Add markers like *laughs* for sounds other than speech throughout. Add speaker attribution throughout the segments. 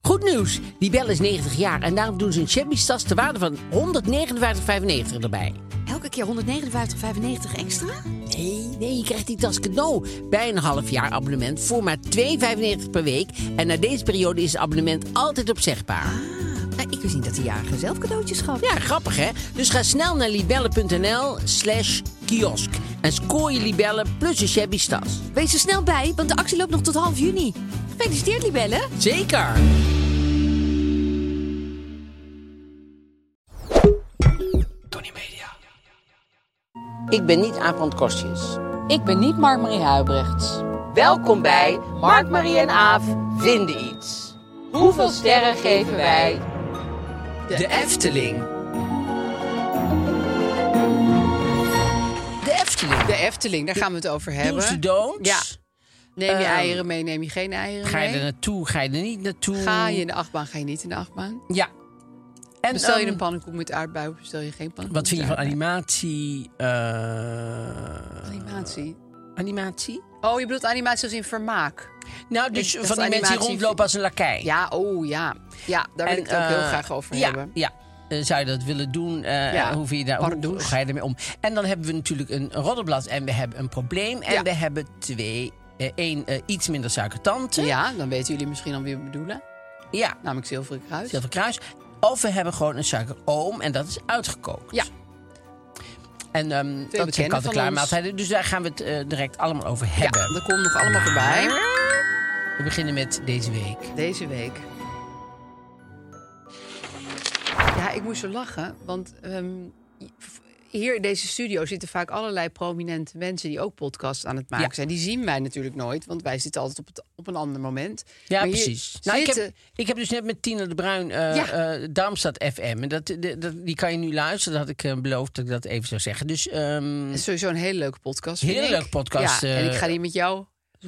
Speaker 1: Goed nieuws, die bel is 90 jaar en daarom doen ze een Chevy's tas ter waarde van 159,95 erbij.
Speaker 2: Elke keer 159,95 extra?
Speaker 1: Nee, nee, je krijgt die tas cadeau bij een half jaar abonnement voor maar 2,95 per week. En na deze periode is het abonnement altijd opzegbaar.
Speaker 2: Nou, ik wist niet dat de jarige zelf cadeautjes gaf.
Speaker 1: Ja, grappig hè? Dus ga snel naar libellen.nl slash kiosk en scoor je libellen plus een Chevy's tas.
Speaker 2: Wees er snel bij, want de actie loopt nog tot half juni. Gefeliciteerd, Libelle.
Speaker 1: Zeker! Ik ben niet Aaf Kostjes.
Speaker 3: Ik ben niet Mark-Marie Huibrechts.
Speaker 1: Welkom bij Mark, Marie en Aaf vinden iets. Hoeveel sterren geven wij de Efteling? De Efteling.
Speaker 4: De Efteling, daar gaan we het over
Speaker 1: Do's
Speaker 4: hebben.
Speaker 1: en don'ts.
Speaker 4: Ja. Neem je
Speaker 1: Ehm,
Speaker 4: eieren mee, neem je geen eieren
Speaker 1: Ga je
Speaker 4: mee?
Speaker 1: er naartoe, ga je er niet naartoe?
Speaker 4: Ga je in de achtbaan, ga je niet in de achtbaan?
Speaker 1: Ja. En,
Speaker 4: Bestel je
Speaker 1: ehm,
Speaker 4: een pannenkoek met aardbei of bestel je geen pannenkoek
Speaker 1: Wat vind je
Speaker 4: met
Speaker 1: van
Speaker 4: aardbei?
Speaker 1: animatie? eh,
Speaker 4: Animatie.
Speaker 1: animatie?
Speaker 4: Oh, je bedoelt animatie als in vermaak?
Speaker 1: Nou, dus
Speaker 4: Ik- dat
Speaker 1: van die mensen
Speaker 4: is
Speaker 1: die
Speaker 4: animatie-
Speaker 1: rondlopen als een lakij.
Speaker 4: Ja, oh ja. Ja, daar wil
Speaker 1: En,
Speaker 4: ik het ook heel
Speaker 1: eh,
Speaker 4: graag over
Speaker 1: ja,
Speaker 4: hebben.
Speaker 1: Ja. Eh, Zou je dat willen doen? Eh,
Speaker 4: Ja,
Speaker 1: Hoe, vind je daar, hoe-
Speaker 4: pardoes.
Speaker 1: hoe ga je ermee om? En dan hebben we natuurlijk een roddelblad en we hebben een probleem. En
Speaker 4: Ja.
Speaker 1: we hebben twee, eh, één eh, iets minder suikertante.
Speaker 4: Ja, dan weten jullie misschien al wie we bedoelen.
Speaker 1: ja.
Speaker 4: Namelijk zilveren kruis.
Speaker 1: Zilveren kruis. Of we hebben gewoon een suikeroom en dat is uitgekookt.
Speaker 4: Ja.
Speaker 1: En ehm dat zijn
Speaker 4: bekenden van
Speaker 1: kant-en-klaar
Speaker 4: ons.
Speaker 1: maaltijden. Dus daar gaan we het eh, direct allemaal over
Speaker 4: Ja,
Speaker 1: hebben.
Speaker 4: dat komt nog allemaal voorbij.
Speaker 1: We beginnen met deze week.
Speaker 4: Deze week. Ja, ik moest zo lachen, want ehm, hier in deze studio zitten vaak allerlei prominente mensen die ook podcasts aan het maken
Speaker 1: Ja.
Speaker 4: zijn. Die zien mij natuurlijk nooit, want wij zitten altijd op, het, op een ander moment.
Speaker 1: Ja,
Speaker 4: Maar hier
Speaker 1: precies. Nou, ik,
Speaker 4: zitten-
Speaker 1: heb, ik heb dus net met Tina de Bruin eh
Speaker 4: Ja.
Speaker 1: eh, Darmstad FM. En dat, de- dat, die kan je nu luisteren. Dat had ik eh, beloofd dat ik dat even zou zeggen. Dus ehm,
Speaker 4: Het
Speaker 1: *laughs*
Speaker 4: is sowieso een hele leuke podcast. vind
Speaker 1: Hele
Speaker 4: ik.
Speaker 1: leuke podcast,
Speaker 4: Ja,
Speaker 1: eh,
Speaker 4: en ik ga die met jou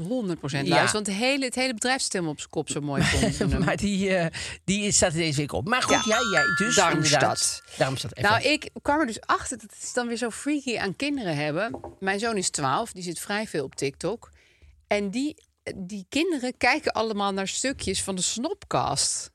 Speaker 4: 100% luisteren.
Speaker 1: Ja.
Speaker 4: Want het hele, het hele bedrijf zit helemaal op zijn kop, zo
Speaker 1: *laughs*
Speaker 4: mooi vond. ik hem.
Speaker 1: maar die, eh, die is- staat er deze week op. Maar goed, ja,
Speaker 4: Ja.
Speaker 1: jij dus
Speaker 4: Darmstad.
Speaker 1: inderdaad. Darmstad FM.
Speaker 4: Nou, ik kwam er dus achter dat het dan weer zo freaky aan kinderen hebben. Mijn zoon is 12, die zit vrij veel op TikTok. En die, die kinderen kijken allemaal naar stukjes van de Snopcast.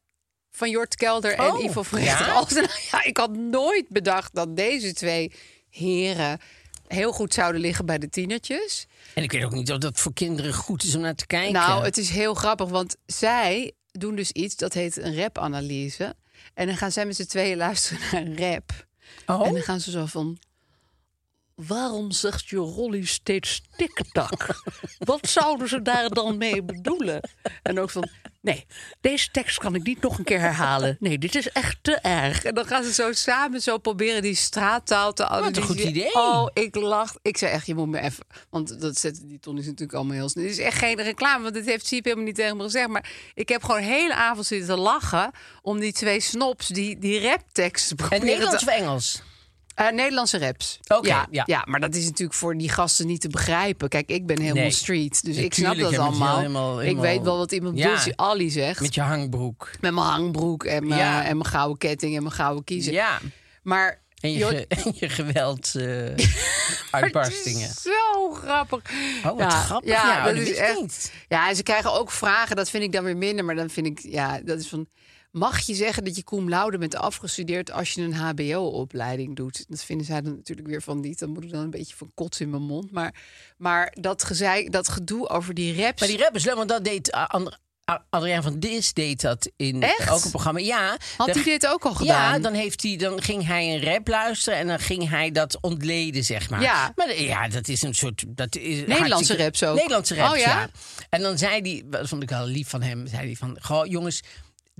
Speaker 4: Van Jort Kelder en
Speaker 1: Oh,
Speaker 4: Ivo van
Speaker 1: ja?
Speaker 4: Richter. nou- Ja, ik had nooit bedacht dat deze twee heren heel goed zouden liggen bij de tienertjes.
Speaker 1: en ik weet ook niet of dat voor kinderen goed is om naar te kijken.
Speaker 4: Nou, het is heel grappig, want zij doen dus iets dat heet een rap-analyse. En dan gaan zij met z'n tweeën luisteren naar een rap.
Speaker 1: Oh.
Speaker 4: En dan gaan ze zo van... Waarom zegt je Rolly steeds tiktak? Wat zouden ze daar dan mee bedoelen? En ook van, nee, deze tekst kan ik niet nog een keer herhalen. Nee, dit is echt te erg. En dan gaan ze zo samen zo proberen die straattaal te
Speaker 1: een
Speaker 4: analyseren.
Speaker 1: goed idee.
Speaker 4: Oh, ik lach. Ik zei echt, je moet me even... Want dat zetten die Tonnies natuurlijk allemaal heel snel. Dit is echt geen reclame, want dit heeft Siep helemaal niet tegen me gezegd. Maar ik heb gewoon de hele avond zitten lachen... om die twee snobs die, die rapteksten
Speaker 1: en
Speaker 4: proberen
Speaker 1: Nederlands
Speaker 4: te
Speaker 1: of Engels?
Speaker 4: eh, Nederlandse raps.
Speaker 1: Oké,
Speaker 4: ja,
Speaker 1: ja.
Speaker 4: ja. maar dat is natuurlijk voor die gasten niet te begrijpen. Kijk, ik ben helemaal
Speaker 1: Nee.
Speaker 4: street, dus ik
Speaker 1: Natuurlijk,
Speaker 4: snap dat
Speaker 1: jij bent
Speaker 4: allemaal.
Speaker 1: helemaal- helemaal-
Speaker 4: Ik weet wel wat iemand
Speaker 1: Ja.
Speaker 4: bedoelt die Ali zegt.
Speaker 1: Met
Speaker 4: Met,
Speaker 1: je hangbroek.
Speaker 4: mijn hangbroek en mijn,
Speaker 1: Ja.
Speaker 4: en mijn gouden ketting en mijn gouden kiezen.
Speaker 1: Ja.
Speaker 4: Maar
Speaker 1: En je,
Speaker 4: joh,
Speaker 1: ge- *laughs* en je geweld
Speaker 4: *laughs*
Speaker 1: eh,
Speaker 4: Het
Speaker 1: uitbarstingen.
Speaker 4: is zo grappig.
Speaker 1: Oh, wat grappig. Ja, oh, dat wist ik niet.
Speaker 4: Ja, en ze krijgen ook vragen. Dat vind ik dan weer minder. Maar dan vind ik, ja, dat is van... Mag je zeggen dat je cum laude bent afgestudeerd als je een hbo-opleiding doet? Dat vinden zij dan natuurlijk weer van niet. Dan moet ik dan een beetje van kots in mijn mond. Maar, maar dat, gezeik, dat gedoe over die raps...
Speaker 1: Maar die rappers, leuk, want dat deed eh, Andr- A- Adriaan van Dis deed dat in eh,
Speaker 4: Echt?
Speaker 1: ook een programma. Ja,
Speaker 4: Had
Speaker 1: daar-
Speaker 4: hij dit ook al gedaan?
Speaker 1: Ja, dan, heeft hij, dan ging hij een rap luisteren en dan ging hij dat ontleden, zeg maar.
Speaker 4: Ja.
Speaker 1: Maar de- ja, dat is een soort... Dat is
Speaker 4: Nederlandse
Speaker 1: hartstikke-
Speaker 4: raps ook.
Speaker 1: Nederlandse raps,
Speaker 4: Oh,
Speaker 1: ja?
Speaker 4: ja?
Speaker 1: En dan zei hij, dat vond ik wel lief van hem, zei hij van... Goh, jongens,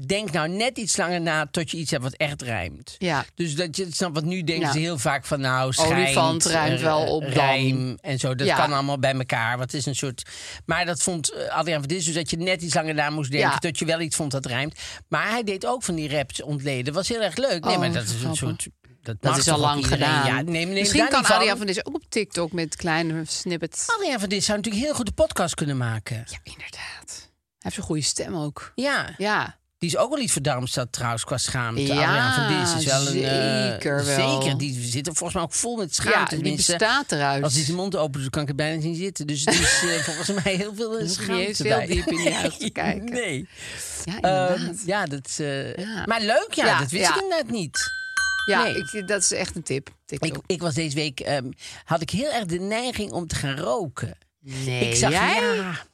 Speaker 1: denk nou net iets langer na tot je iets hebt wat echt rijmt.
Speaker 5: Ja.
Speaker 1: Dus dat je snapt, want nu denken
Speaker 5: Ja.
Speaker 1: ze heel vaak van nou, schijnt,
Speaker 5: Olifant rijmt
Speaker 1: eh,
Speaker 5: wel op dam.
Speaker 1: rijm en zo. Dat
Speaker 5: Ja.
Speaker 1: kan allemaal bij elkaar. Wat is een soort. Maar dat vond eh, Adriaan van Dis dus dat je net iets langer na moest denken
Speaker 5: Ja.
Speaker 1: tot je wel iets vond dat rijmt. Maar hij deed ook van die raps ontleden. Was heel erg leuk. Nee,
Speaker 5: Oh,
Speaker 1: maar dat is een
Speaker 5: grappig.
Speaker 1: soort. Dat,
Speaker 5: Dat
Speaker 1: mag
Speaker 5: is
Speaker 1: toch
Speaker 5: al
Speaker 1: ook
Speaker 5: lang
Speaker 1: iedereen?
Speaker 5: gedaan.
Speaker 1: Ja, neem, neem
Speaker 4: Misschien
Speaker 1: daar
Speaker 4: kan
Speaker 1: niet van.
Speaker 4: Adriaan van Dis ook op TikTok met kleine snippets.
Speaker 1: Adriaan van Dis zou natuurlijk heel goed de podcast kunnen maken. Ja.
Speaker 4: Inderdaad. Hij heeft een goede stem ook. Ja.
Speaker 1: Die is ook wel iets voor Darmstad trouwens qua schaamte.
Speaker 4: Ja,
Speaker 1: Adriaan van Dis is wel een... eh,
Speaker 4: zeker wel.
Speaker 1: Zeker, die zit er volgens mij ook vol met
Speaker 4: Ja,
Speaker 1: schaamte.
Speaker 4: die
Speaker 1: Tenminste,
Speaker 4: bestaat eruit.
Speaker 1: Als hij zijn mond opent, dan kan ik er bijna niet zien zitten. Dus het is
Speaker 4: *laughs*
Speaker 1: eh, volgens mij heel veel eh,
Speaker 4: hoef je niet
Speaker 1: schaamte
Speaker 4: eens heel
Speaker 1: bij.
Speaker 4: diep in
Speaker 1: *laughs*
Speaker 4: die huid te kijken.
Speaker 1: Nee.
Speaker 4: Ja,
Speaker 1: Ehm,
Speaker 4: inderdaad.
Speaker 1: ja, dat, eh,
Speaker 4: Ja.
Speaker 1: Maar leuk, ja,
Speaker 4: Ja,
Speaker 1: dat wist
Speaker 4: ja.
Speaker 1: ik inderdaad niet.
Speaker 4: ja,
Speaker 1: nee.
Speaker 4: ik, dat is echt een tip. TikTok.
Speaker 1: Ik, ik was deze week, ehm, had ik heel erg de neiging om te gaan roken.
Speaker 4: nee,
Speaker 1: ik zag,
Speaker 4: jij?
Speaker 1: ja,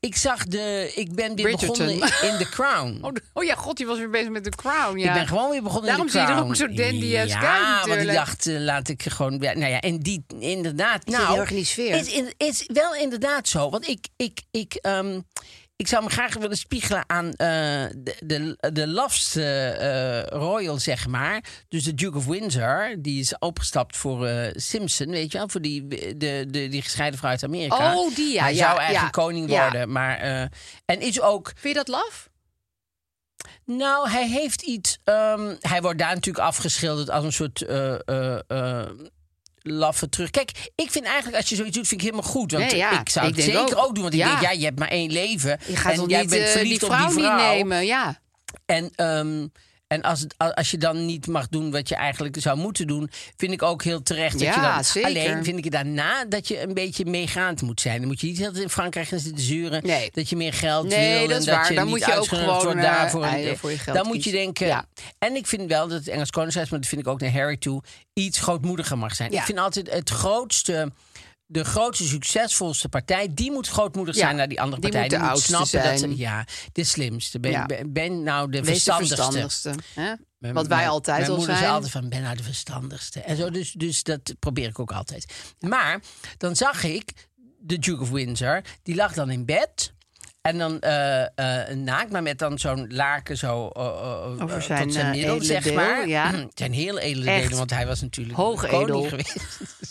Speaker 1: ik zag de, ik ben weer
Speaker 4: Bridgerton.
Speaker 1: begonnen
Speaker 4: *laughs*
Speaker 1: in The Crown.
Speaker 4: *laughs* Oh, de- oh ja, god, die was weer bezig met de crown. Ja.
Speaker 1: Ik ben gewoon weer begonnen
Speaker 4: Daarom
Speaker 1: in de
Speaker 4: zie je er
Speaker 1: Crown.
Speaker 4: ook zo dandy-esque uit
Speaker 1: Ja, want ik
Speaker 4: natuurlijk.
Speaker 1: dacht, eh, laat ik gewoon... ja, Nou ja, en die inderdaad...
Speaker 4: zit
Speaker 1: nou,
Speaker 4: heel erg in die sfeer.
Speaker 1: Is, in- is wel inderdaad zo. Want ik, ik, ik, ehm, ik zou me graag willen spiegelen aan eh, de, de, de lafste eh, royal, zeg maar. Dus de Duke of Windsor, die is opgestapt voor eh, Simpson, weet je wel? Voor die, de, de, die gescheiden vrouw uit Amerika.
Speaker 4: Oh, die, ja,
Speaker 1: Hij
Speaker 4: ja,
Speaker 1: zou eigenlijk
Speaker 4: ja,
Speaker 1: koning
Speaker 4: ja.
Speaker 1: worden, maar... eh, en is ook...
Speaker 4: Vind je dat laf?
Speaker 1: Nou, hij heeft iets. ehm, hij wordt daar natuurlijk afgeschilderd als een soort. eh, eh, eh, laffe terug. Kijk, ik vind eigenlijk als je zoiets doet, vind ik helemaal goed. Want
Speaker 4: Nee, ja,
Speaker 1: ik zou
Speaker 4: ik
Speaker 1: het
Speaker 4: denk
Speaker 1: zeker ook,
Speaker 4: ook.
Speaker 1: doen. Want ik
Speaker 4: Ja.
Speaker 1: denk, ja, je hebt maar één leven.
Speaker 4: Je gaat
Speaker 1: en
Speaker 4: toch
Speaker 1: jij
Speaker 4: niet
Speaker 1: bent
Speaker 4: eh,
Speaker 1: verliefd
Speaker 4: die
Speaker 1: op
Speaker 4: vrouw
Speaker 1: die
Speaker 4: niet
Speaker 1: vrouw.
Speaker 4: nemen? Ja.
Speaker 1: En, ehm, en als, het, als je dan niet mag doen wat je eigenlijk zou moeten doen, vind ik ook heel terecht. dat je
Speaker 4: Ja,
Speaker 1: dan,
Speaker 4: zeker.
Speaker 1: Alleen vind ik het daarna dat je een beetje meegaand moet zijn. Dan moet je niet heel in Frankrijk gaan zitten zuren
Speaker 4: Nee.
Speaker 1: dat je meer geld
Speaker 4: Nee,
Speaker 1: wil.
Speaker 4: dat
Speaker 1: en
Speaker 4: is
Speaker 1: dat
Speaker 4: waar.
Speaker 1: Je
Speaker 4: Dan
Speaker 1: niet
Speaker 4: moet je ook
Speaker 1: uitgenodigd
Speaker 4: gewoon,
Speaker 1: wordt
Speaker 4: eh,
Speaker 1: daarvoor. En,
Speaker 4: eieren
Speaker 1: eh,
Speaker 4: voor je geld
Speaker 1: dan moet je
Speaker 4: kiezen.
Speaker 1: denken.
Speaker 4: Ja.
Speaker 1: En ik vind wel dat het Engels Koningshuis, maar dat vind ik ook naar Harry toe, iets grootmoediger mag zijn.
Speaker 4: Ja.
Speaker 1: Ik vind altijd het grootste. De grootste, succesvolste partij, die moet grootmoedig
Speaker 4: Ja,
Speaker 1: zijn naar die andere
Speaker 4: die
Speaker 1: partij.
Speaker 4: moet de
Speaker 1: moet
Speaker 4: oudste
Speaker 1: snappen dat
Speaker 4: zijn.
Speaker 1: ze. Ja, de slimste. Ben,
Speaker 4: Ja.
Speaker 1: ben, ben nou de
Speaker 4: Wees de
Speaker 1: verstandigste.
Speaker 4: verstandigste. hè?
Speaker 1: Mijn-
Speaker 4: Wat wij
Speaker 1: mijn-
Speaker 4: altijd
Speaker 1: mijn
Speaker 4: al
Speaker 1: moeder
Speaker 4: zijn.
Speaker 1: zei altijd van, ben nou de verstandigste. En zo, dus, dus dat probeer ik ook altijd. Maar dan zag ik de Duke of Windsor, die lag dan in bed... En dan eh, eh, naakt, maar met dan zo'n laken zo eh, eh,
Speaker 4: Over
Speaker 1: eh,
Speaker 4: zijn,
Speaker 1: tot zijn
Speaker 4: eh,
Speaker 1: middel,
Speaker 4: edele
Speaker 1: zeg
Speaker 4: deel,
Speaker 1: maar. *clears throat*
Speaker 4: ja.
Speaker 1: Zijn hele edele
Speaker 4: Echt.
Speaker 1: delen, want hij was natuurlijk
Speaker 4: Hoog
Speaker 1: koning
Speaker 4: edel.
Speaker 1: geweest.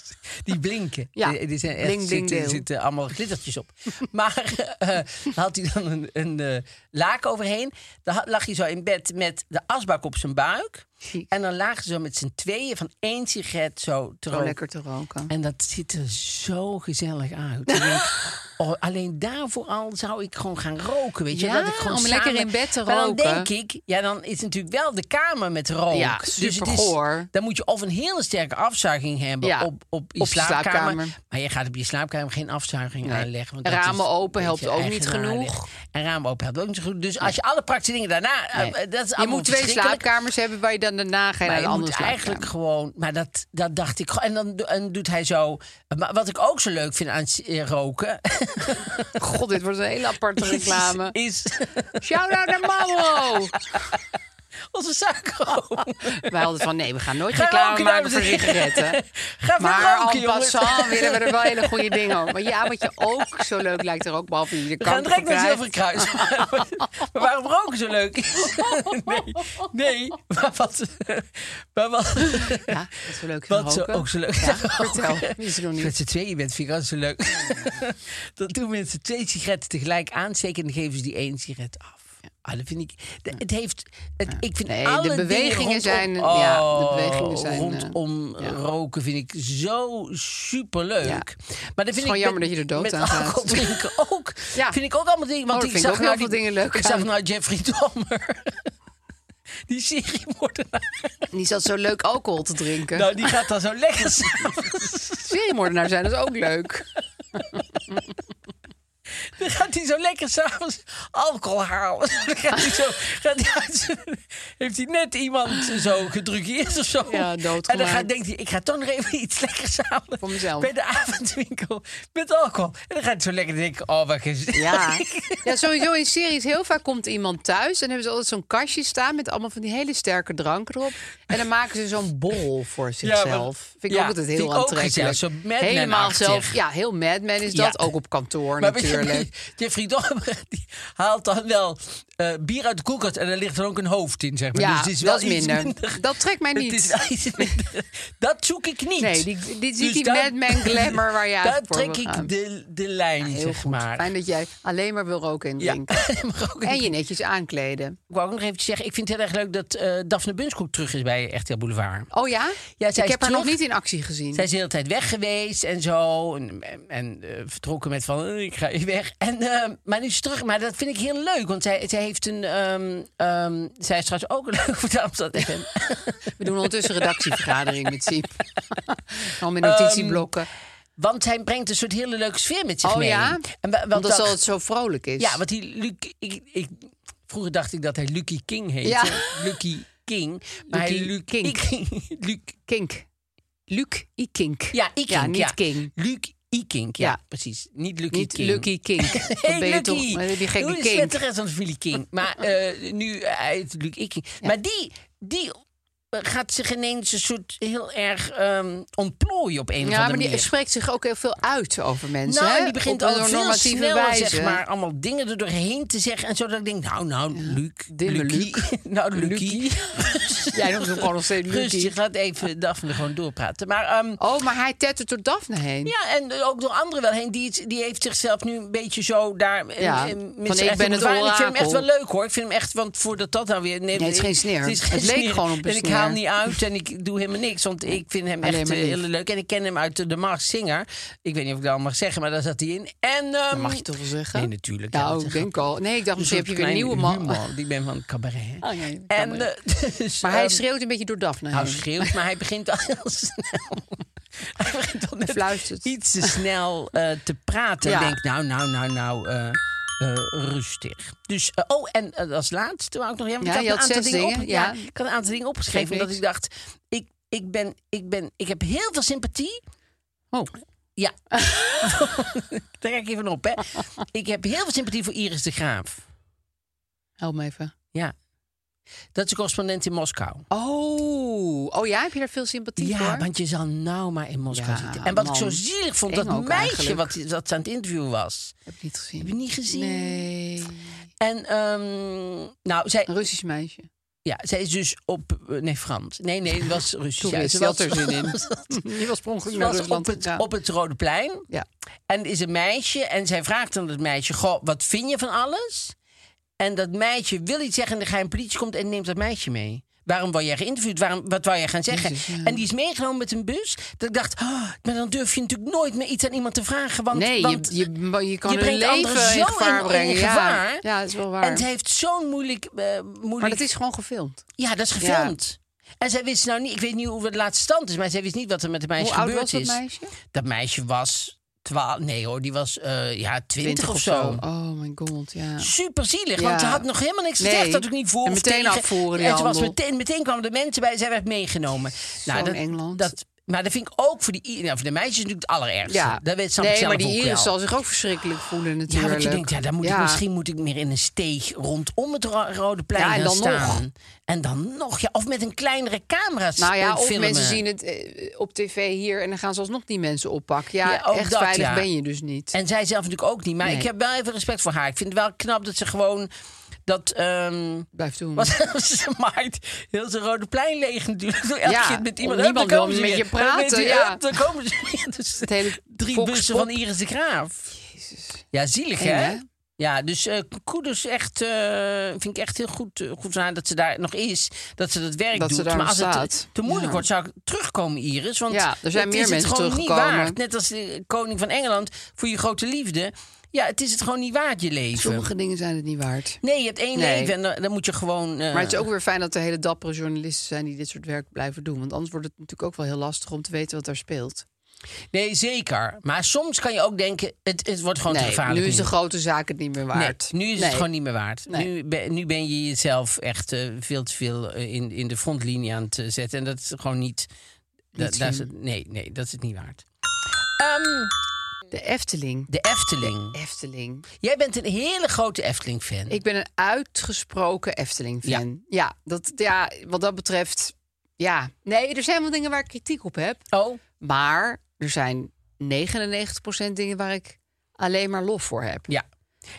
Speaker 1: *laughs* Die blinken.
Speaker 4: Ja,
Speaker 1: Die, die zijn echt,
Speaker 4: bling, bling,
Speaker 1: zitten,
Speaker 4: deel.
Speaker 1: zitten eh, allemaal glittertjes op. *laughs* maar eh, had hij dan een, een eh, laak overheen. Dan had- lag hij zo in bed met de asbak op zijn buik. En dan lagen ze zo met z'n tweeën van één sigaret zo te
Speaker 4: Zo
Speaker 1: roken.
Speaker 4: Oh, lekker te roken.
Speaker 1: En dat ziet er zo gezellig uit. Ik denk,
Speaker 4: *laughs*
Speaker 1: oh, alleen daarvoor al zou ik gewoon gaan roken, weet je?
Speaker 4: Ja,
Speaker 1: dat ik gewoon
Speaker 4: om
Speaker 1: samen-
Speaker 4: lekker in bed te
Speaker 1: Maar dan
Speaker 4: roken.
Speaker 1: denk ik, ja, dan is natuurlijk wel de kamer met rook.
Speaker 4: Ja,
Speaker 1: dus het is-
Speaker 4: supergoor.
Speaker 1: Dan moet je of een hele sterke afzuiging hebben
Speaker 4: Ja,
Speaker 1: op, op je
Speaker 4: op je
Speaker 1: slaapkamer.
Speaker 4: slaapkamer.
Speaker 1: Maar je gaat op je slaapkamer geen afzuiging aanleggen. Want dat
Speaker 4: Ramen
Speaker 1: is een
Speaker 4: open
Speaker 1: beetje
Speaker 4: helpt ook niet
Speaker 1: eigenaardig.
Speaker 4: genoeg.
Speaker 1: En ramen open helpt ook niet zo goed. Dus als je alle praktische dingen daarna... eh,
Speaker 4: Nee.
Speaker 1: dat is
Speaker 4: je
Speaker 1: allemaal
Speaker 4: moet twee
Speaker 1: verschrikkelijk.
Speaker 4: slaapkamers hebben waar je dan daarna
Speaker 1: Maar
Speaker 4: geen naar
Speaker 1: je
Speaker 4: een andere
Speaker 1: moet
Speaker 4: slaapkamer.
Speaker 1: eigenlijk gewoon... Maar dat, dat dacht ik... En dan do- en doet hij zo... Maar wat ik ook zo leuk vind aan s- eh, roken... *laughs*
Speaker 4: God, dit wordt een hele aparte reclame.
Speaker 1: Is, is
Speaker 4: Shout-out naar Mauwo!
Speaker 1: onze
Speaker 4: *laughs*
Speaker 1: suikerroom.
Speaker 4: Wij hadden van, nee, we gaan nooit
Speaker 1: Ga
Speaker 4: reclame
Speaker 1: roken,
Speaker 4: maken
Speaker 1: dames
Speaker 4: voor
Speaker 1: en heren.
Speaker 4: sigaretten.
Speaker 1: Ga voor
Speaker 4: Maar
Speaker 1: roken,
Speaker 4: en
Speaker 1: jongens.
Speaker 4: passant
Speaker 1: *laughs*
Speaker 4: willen we er wel hele goede dingen over. Maar ja, wat je ook zo leuk lijkt er ook, behalve dat je
Speaker 1: We
Speaker 4: de
Speaker 1: gaan
Speaker 4: kanker
Speaker 1: direct naar
Speaker 4: krijgt.
Speaker 1: Zilveren Kruis. *laughs* maar waarom roken zo leuk? *laughs* nee, nee. Maar wat... *laughs* Maar wat...
Speaker 4: Ja, dat is wel leuk gaan
Speaker 1: Wat zo,
Speaker 4: roken.
Speaker 1: ook zo leuk.
Speaker 4: Ja, vertel. Wie is er
Speaker 1: Als je
Speaker 4: nog niet?
Speaker 1: Met z'n tweeën bent, vind ik altijd zo leuk. *laughs* dat doen mensen twee sigaretten tegelijk aansteken en dan geven ze die één sigaret af. Ah, dat vind ik. de- het heeft. Het, ik vind
Speaker 4: Nee,
Speaker 1: alle
Speaker 4: de bewegingen
Speaker 1: dingen
Speaker 4: zijn-
Speaker 1: rondom-
Speaker 4: ja, de
Speaker 1: Oh,
Speaker 4: bewegingen zijn, eh,
Speaker 1: Rondom roken vind ik zo superleuk.
Speaker 4: Ja.
Speaker 1: Maar dan vind
Speaker 4: gewoon
Speaker 1: ik
Speaker 4: jammer dat je er dood
Speaker 1: met
Speaker 4: aan
Speaker 1: *laughs*
Speaker 4: gaat.
Speaker 1: alcohol drinken ook.
Speaker 4: Ja. Oh,
Speaker 1: Vind ik ook allemaal dingen. Want
Speaker 4: dat
Speaker 1: ik
Speaker 4: vind ik
Speaker 1: zag
Speaker 4: ook
Speaker 1: nou
Speaker 4: heel
Speaker 1: die-
Speaker 4: veel dingen leuk
Speaker 1: Ik zag
Speaker 4: aan.
Speaker 1: nou Jeffrey Dahmer. *laughs* die serie moordenaar.
Speaker 4: Die zat zo leuk alcohol te drinken.
Speaker 1: Nou, die gaat dan zo lekker
Speaker 4: *laughs*
Speaker 1: samen.
Speaker 4: Seriemoordenaar zijn, dat is ook leuk.
Speaker 1: Dan gaat hij zo lekker s'avonds alcohol halen. *laughs* Dan gaat hij zo, gaat hij uit zijn- heeft hij net iemand zo gedrugeerd of zo.
Speaker 4: Ja,
Speaker 1: en dan
Speaker 4: doodgemaakt.
Speaker 1: gaat, denkt hij, ik ga toch nog even iets lekkers halen.
Speaker 4: Voor mezelf.
Speaker 1: Bij de avondwinkel met alcohol. En dan gaat hij zo lekker denken, oh, wat gezellig. *laughs*
Speaker 4: Ja. ja, sowieso in series. Heel vaak komt iemand thuis en hebben ze altijd zo'n kastje staan met allemaal van die hele sterke dranken erop. En dan maken ze zo'n borrel voor zichzelf. vind ik
Speaker 1: ja,
Speaker 4: ook altijd
Speaker 1: vind
Speaker 4: heel
Speaker 1: ik ook
Speaker 4: aantrekkelijk.
Speaker 1: gezellig, zo'n Mad Men-achtig.
Speaker 4: Helemaal zelf. Ja, heel Mad Men is dat.
Speaker 1: Ja.
Speaker 4: Ook op kantoor
Speaker 1: Maar weet je,
Speaker 4: natuurlijk.
Speaker 1: leuk. Jeffrey Dahmer die haalt dan wel eh, bier uit de koelkast en daar ligt er ook een hoofd in, zeg maar.
Speaker 4: Ja,
Speaker 1: dus het is wel
Speaker 4: dat is
Speaker 1: iets
Speaker 4: minder. Dat trekt mij
Speaker 1: Het
Speaker 4: niet.
Speaker 1: is wel iets minder. Dat zoek ik niet.
Speaker 4: Nee, die- dit is
Speaker 1: Dus
Speaker 4: niet die
Speaker 1: daar-
Speaker 4: Mad Men glamour waar je
Speaker 1: *laughs* Daar
Speaker 4: uit voor
Speaker 1: trek
Speaker 4: wil gaan.
Speaker 1: ik de, de lijn,
Speaker 4: Heel
Speaker 1: zeg
Speaker 4: goed.
Speaker 1: maar.
Speaker 4: Fijn dat jij alleen maar wil roken en
Speaker 1: Ja. *laughs*
Speaker 4: drinken.
Speaker 1: Mag ook een-
Speaker 4: En je netjes aankleden.
Speaker 1: Ik wou ook nog even zeggen, ik vind het heel erg leuk dat eh Daphne Bunskoek terug is bij RTL Boulevard.
Speaker 4: Oh ja?
Speaker 1: zij
Speaker 4: ik
Speaker 1: is
Speaker 4: heb haar nog
Speaker 1: terug.
Speaker 4: niet in actie gezien.
Speaker 1: Zij is de hele tijd weg geweest en zo. En, en, en, eh, vertrokken met van, eh, ik ga hier weg. En, eh, maar nu is ze terug. Maar dat vind ik heel leuk. Want zij, zij heeft een... ehm, ehm, zij is trouwens ook *laughs* leuk voor de Amsterdam FM.
Speaker 4: We doen ondertussen een redactievergadering met
Speaker 1: *laughs*
Speaker 4: Siep. Al met notitieblokken.
Speaker 1: Ehm, Want zij brengt een soort hele leuke sfeer met zich
Speaker 4: Oh
Speaker 1: mee.
Speaker 4: ja?
Speaker 1: En, wa- want
Speaker 4: Omdat
Speaker 1: dat-
Speaker 4: zo het zo vrolijk is.
Speaker 1: Ja, want die Luc... Ik, ik, vroeger dacht ik dat hij Lucky King heette.
Speaker 4: Ja.
Speaker 1: *laughs* Lucky King. Maar hij
Speaker 4: Lucky
Speaker 1: Luc
Speaker 4: Kink.
Speaker 1: *laughs* Luc,
Speaker 4: Kink. Luc Ikink.
Speaker 1: ja, ik
Speaker 4: Ja, niet King.
Speaker 1: Luc Ikink, ja,
Speaker 4: Ja.
Speaker 1: precies. Niet Lucky
Speaker 4: Niet
Speaker 1: King.
Speaker 4: Lucky
Speaker 1: *laughs*
Speaker 4: Kink. Dat
Speaker 1: Hey,
Speaker 4: ben je
Speaker 1: Lucky.
Speaker 4: toch? Maar dan heb je gekke
Speaker 1: Doe
Speaker 4: Kink.
Speaker 1: de rest van de familie
Speaker 4: *laughs*
Speaker 1: King. Maar eh, nu uit Luc Ikking. Maar die, die eh, gaat zich ineens een soort heel erg ehm, ontplooien op een of
Speaker 4: Ja,
Speaker 1: andere
Speaker 4: maar die
Speaker 1: manier.
Speaker 4: spreekt zich ook heel veel uit over mensen.
Speaker 1: nou,
Speaker 4: hè?
Speaker 1: en die begint
Speaker 4: Op een
Speaker 1: al veel
Speaker 4: normatieve
Speaker 1: sneller,
Speaker 4: wijze.
Speaker 1: zeg maar, allemaal dingen er doorheen te zeggen. En zodat ik denk, nou, nou, Luc,
Speaker 4: dimme
Speaker 1: Lucie. *laughs* nou, Lucie.
Speaker 4: *laughs* Jij noemt hem gewoon nog steeds Lucie.
Speaker 1: Rustig, laat even Daphne gewoon doorpraten. Maar ehm,
Speaker 4: Oh, maar hij tettert door Daphne heen.
Speaker 1: Ja, en ook door anderen wel heen. Die, het- die heeft zichzelf nu een beetje zo daar... eh,
Speaker 4: Ja,
Speaker 1: eh,
Speaker 4: van ik
Speaker 1: mensen
Speaker 4: ben
Speaker 1: echt op
Speaker 4: het
Speaker 1: waar. En Ik vind hem echt
Speaker 4: orakel.
Speaker 1: wel leuk hoor. Ik vind hem echt, want voordat dat dan weer... Nee,
Speaker 4: het is geen sneer. Het leek gewoon op een
Speaker 1: En ik
Speaker 4: sneer.
Speaker 1: haal niet uit en ik doe helemaal niks. Want ik vind hem
Speaker 4: Alleen
Speaker 1: echt
Speaker 4: maar
Speaker 1: eh,
Speaker 4: lief.
Speaker 1: heel leuk. En ik ken hem uit de, de Mars Singer. Ik weet niet of ik dat al mag zeggen, maar daar zat hij in. En, ehm,
Speaker 4: Mag je toch wel zeggen?
Speaker 1: Nee, natuurlijk. ja, dat
Speaker 4: Nou,
Speaker 1: is
Speaker 4: ik
Speaker 1: een
Speaker 4: denk al. Nee, ik dacht misschien heb je weer een
Speaker 1: kleine
Speaker 4: nieuwe man.
Speaker 1: humor. Ik ben van het cabaret. hè.
Speaker 4: Oh, nee,
Speaker 1: en,
Speaker 4: cabaret.
Speaker 1: eh, *laughs* dus,
Speaker 4: Maar hij
Speaker 1: ehm,
Speaker 4: schreeuwt een beetje door Daphne
Speaker 1: nou,
Speaker 4: heen.
Speaker 1: schreeuwt, maar hij begint al heel snel. *laughs* Hij begint al net
Speaker 4: fluistert.
Speaker 1: iets te snel eh, te praten.
Speaker 4: Ja.
Speaker 1: En denk, nou, nou, nou, nou, eh, eh, rustig. Dus, eh, oh, en eh, als laatste wou ik nog... Ja, want
Speaker 4: Ja,
Speaker 1: ik,
Speaker 4: je
Speaker 1: had een
Speaker 4: had
Speaker 1: aantal
Speaker 4: zes
Speaker 1: dingen op,
Speaker 4: dingen,
Speaker 1: ja.
Speaker 4: ja.
Speaker 1: ik had een aantal dingen opgeschreven,
Speaker 4: Geeft
Speaker 1: omdat ik
Speaker 4: niks.
Speaker 1: dacht... Ik, ik, ben, ik, ben, ik heb heel veel sympathie...
Speaker 4: Oh.
Speaker 1: *laughs* Ja. Trek even op, hè. Ik heb heel veel sympathie voor Iris de Graaf.
Speaker 4: Help me even.
Speaker 1: Ja. Dat is een correspondent in Moskou.
Speaker 4: Oh, oh ja, heb je daar veel sympathie
Speaker 1: Ja,
Speaker 4: voor?
Speaker 1: want je zal nou maar in Moskou
Speaker 4: Ja,
Speaker 1: zitten. En wat ik zo
Speaker 4: man.
Speaker 1: zielig vond,
Speaker 4: Eng
Speaker 1: dat
Speaker 4: ook
Speaker 1: meisje
Speaker 4: eigenlijk.
Speaker 1: wat, dat ze aan het interview was.
Speaker 4: Heb ik niet gezien.
Speaker 1: Heb je niet gezien?
Speaker 4: Nee.
Speaker 1: En ehm, nou, zij,
Speaker 4: Een Russisch meisje.
Speaker 1: ja, zij is dus op... eh, Nee, Frans. Nee, nee, het was Russisch.
Speaker 4: *laughs* Sorry,
Speaker 1: Ja, ze
Speaker 4: die had
Speaker 1: was-
Speaker 4: er zin in.
Speaker 1: *laughs* ze
Speaker 4: *laughs* Die was per ongeluk naar
Speaker 1: was op
Speaker 4: Rusland
Speaker 1: het,
Speaker 4: gegaan.
Speaker 1: op het Rode Plein.
Speaker 4: Ja.
Speaker 1: En er is een meisje en zij vraagt aan dat meisje... Goh, wat vind je van alles? En dat meisje wil iets zeggen en de geheime politie komt en neemt dat meisje mee. Waarom word jij geïnterviewd? Waarom, wat wou jij gaan zeggen?
Speaker 4: Jezus, ja.
Speaker 1: En die is meegenomen met een bus. Dat ik dacht, oh, maar dan durf je natuurlijk nooit meer iets aan iemand te vragen. Want,
Speaker 4: nee,
Speaker 1: want
Speaker 4: je, je, maar je kan
Speaker 1: je
Speaker 4: hun
Speaker 1: brengt anderen
Speaker 4: leven
Speaker 1: zo
Speaker 4: in gevaar
Speaker 1: in- in
Speaker 4: brengen.
Speaker 1: gevaar.
Speaker 4: Ja. ja, dat is wel waar.
Speaker 1: en ze heeft zo'n moeilijk, eh, moeilijk...
Speaker 4: maar dat is gewoon gefilmd.
Speaker 1: Ja, dat is
Speaker 4: Ja.
Speaker 1: gefilmd. En zij wist nou niet, ik weet niet hoe de laatste stand is... maar zij wist niet wat er met het meisje
Speaker 4: Hoe oud
Speaker 1: gebeurd
Speaker 4: was dat
Speaker 1: is.
Speaker 4: meisje?
Speaker 1: Dat meisje was 12. Nee hoor, die was eh, ja, 20 of zo.
Speaker 4: Oh my god, ja.
Speaker 1: Super zielig,
Speaker 4: Ja.
Speaker 1: want ze had nog helemaal niks
Speaker 4: Nee.
Speaker 1: gezegd. Dat ik niet voor
Speaker 4: En
Speaker 1: of
Speaker 4: meteen
Speaker 1: tegen.
Speaker 4: afvoeren, die
Speaker 1: En ze was
Speaker 4: handel.
Speaker 1: meteen, meteen kwamen de mensen bij, zij werd meegenomen. Nou,
Speaker 4: Zo'n
Speaker 1: dat,
Speaker 4: Engeland.
Speaker 1: Dat, maar dat vind ik ook voor, die, I- nou, voor de meisjes natuurlijk het allerergste.
Speaker 4: ja.
Speaker 1: Dat weet Sam
Speaker 4: nee,
Speaker 1: zelf
Speaker 4: maar die
Speaker 1: ook
Speaker 4: Iris
Speaker 1: wel.
Speaker 4: zal zich ook verschrikkelijk voelen
Speaker 1: Ja,
Speaker 4: natuurlijk.
Speaker 1: want je denkt, ja, dan moet ik,
Speaker 4: Ja.
Speaker 1: misschien moet ik meer in een steeg rondom het Ro- Rode Plein
Speaker 4: Ja, en
Speaker 1: gaan
Speaker 4: dan nog.
Speaker 1: staan. En dan nog, ja. Of met een kleinere camera
Speaker 4: Nou ja,
Speaker 1: eh,
Speaker 4: of
Speaker 1: filmen.
Speaker 4: mensen zien het eh, op tv hier en dan gaan ze alsnog die mensen oppakken. Ja,
Speaker 1: Ja, ook
Speaker 4: echt
Speaker 1: dat,
Speaker 4: veilig
Speaker 1: ja.
Speaker 4: ben je dus niet.
Speaker 1: En zij zelf natuurlijk ook niet. Maar
Speaker 4: Nee.
Speaker 1: ik heb wel even respect voor haar. Ik vind het wel knap dat ze gewoon dat... ehm,
Speaker 4: Blijf doen.
Speaker 1: Was *laughs* ze maait heel zijn rode plein leeg natuurlijk. Door elk
Speaker 4: Ja,
Speaker 1: kind met iemand.
Speaker 4: om
Speaker 1: Hup, daar
Speaker 4: niemand
Speaker 1: komen
Speaker 4: wil
Speaker 1: ze
Speaker 4: met
Speaker 1: weer.
Speaker 4: je praten,
Speaker 1: Hup, weet je,
Speaker 4: ja.
Speaker 1: hup, daar komen ze weer. *laughs* Dus
Speaker 4: Het hele
Speaker 1: drie
Speaker 4: Volkspop.
Speaker 1: bussen van Iris de Graaf. Ja, zielig
Speaker 4: Eng,
Speaker 1: hè?
Speaker 4: hè?
Speaker 1: Ja, dus eh kudos echt, eh, vind ik echt heel goed, eh, goed aan dat ze daar nog is. Dat ze dat werk
Speaker 4: Dat ze
Speaker 1: doet.
Speaker 4: daar
Speaker 1: maar als
Speaker 4: nog
Speaker 1: het te,
Speaker 4: staat.
Speaker 1: te moeilijk
Speaker 4: Ja.
Speaker 1: wordt, zou ik terugkomen Iris. Want
Speaker 4: Ja, er zijn
Speaker 1: het
Speaker 4: meer
Speaker 1: is
Speaker 4: mensen
Speaker 1: het gewoon niet
Speaker 4: teruggekomen.
Speaker 1: waard. Net als de koning van Engeland voor je grote liefde. Ja, het is het gewoon niet waard je leven.
Speaker 4: Sommige dingen zijn het niet waard.
Speaker 1: Nee, je hebt één
Speaker 4: Nee.
Speaker 1: leven en dan, dan moet je gewoon... eh,
Speaker 4: Maar het is ook weer fijn dat er hele dappere journalisten zijn die dit soort werk blijven doen. Want anders wordt het natuurlijk ook wel heel lastig om te weten wat daar speelt.
Speaker 1: Nee, zeker. Maar soms kan je ook denken, het, het wordt gewoon te
Speaker 4: Nee,
Speaker 1: gevaarlijk.
Speaker 4: nu is de
Speaker 1: nu.
Speaker 4: grote zaak het niet meer waard.
Speaker 1: Nee, nu is het
Speaker 4: Nee.
Speaker 1: gewoon niet meer waard.
Speaker 4: Nee.
Speaker 1: Nu, ben, nu ben je jezelf echt eh, veel te veel eh, in, in de frontlinie aan het eh, zetten. En dat is gewoon niet... da-
Speaker 4: Niet
Speaker 1: daar is
Speaker 4: slim.
Speaker 1: het- nee, nee, dat is het niet waard. Ehm,
Speaker 4: De Efteling.
Speaker 1: de Efteling.
Speaker 4: Efteling.
Speaker 1: Jij bent een hele grote Efteling-fan.
Speaker 4: Ik ben een uitgesproken Efteling-fan. Ja. dat, ja, wat dat betreft. Ja, nee, er zijn wel dingen waar ik kritiek op heb.
Speaker 1: Oh,
Speaker 4: Maar er zijn 99% dingen waar ik alleen maar lof voor heb.
Speaker 1: Ja.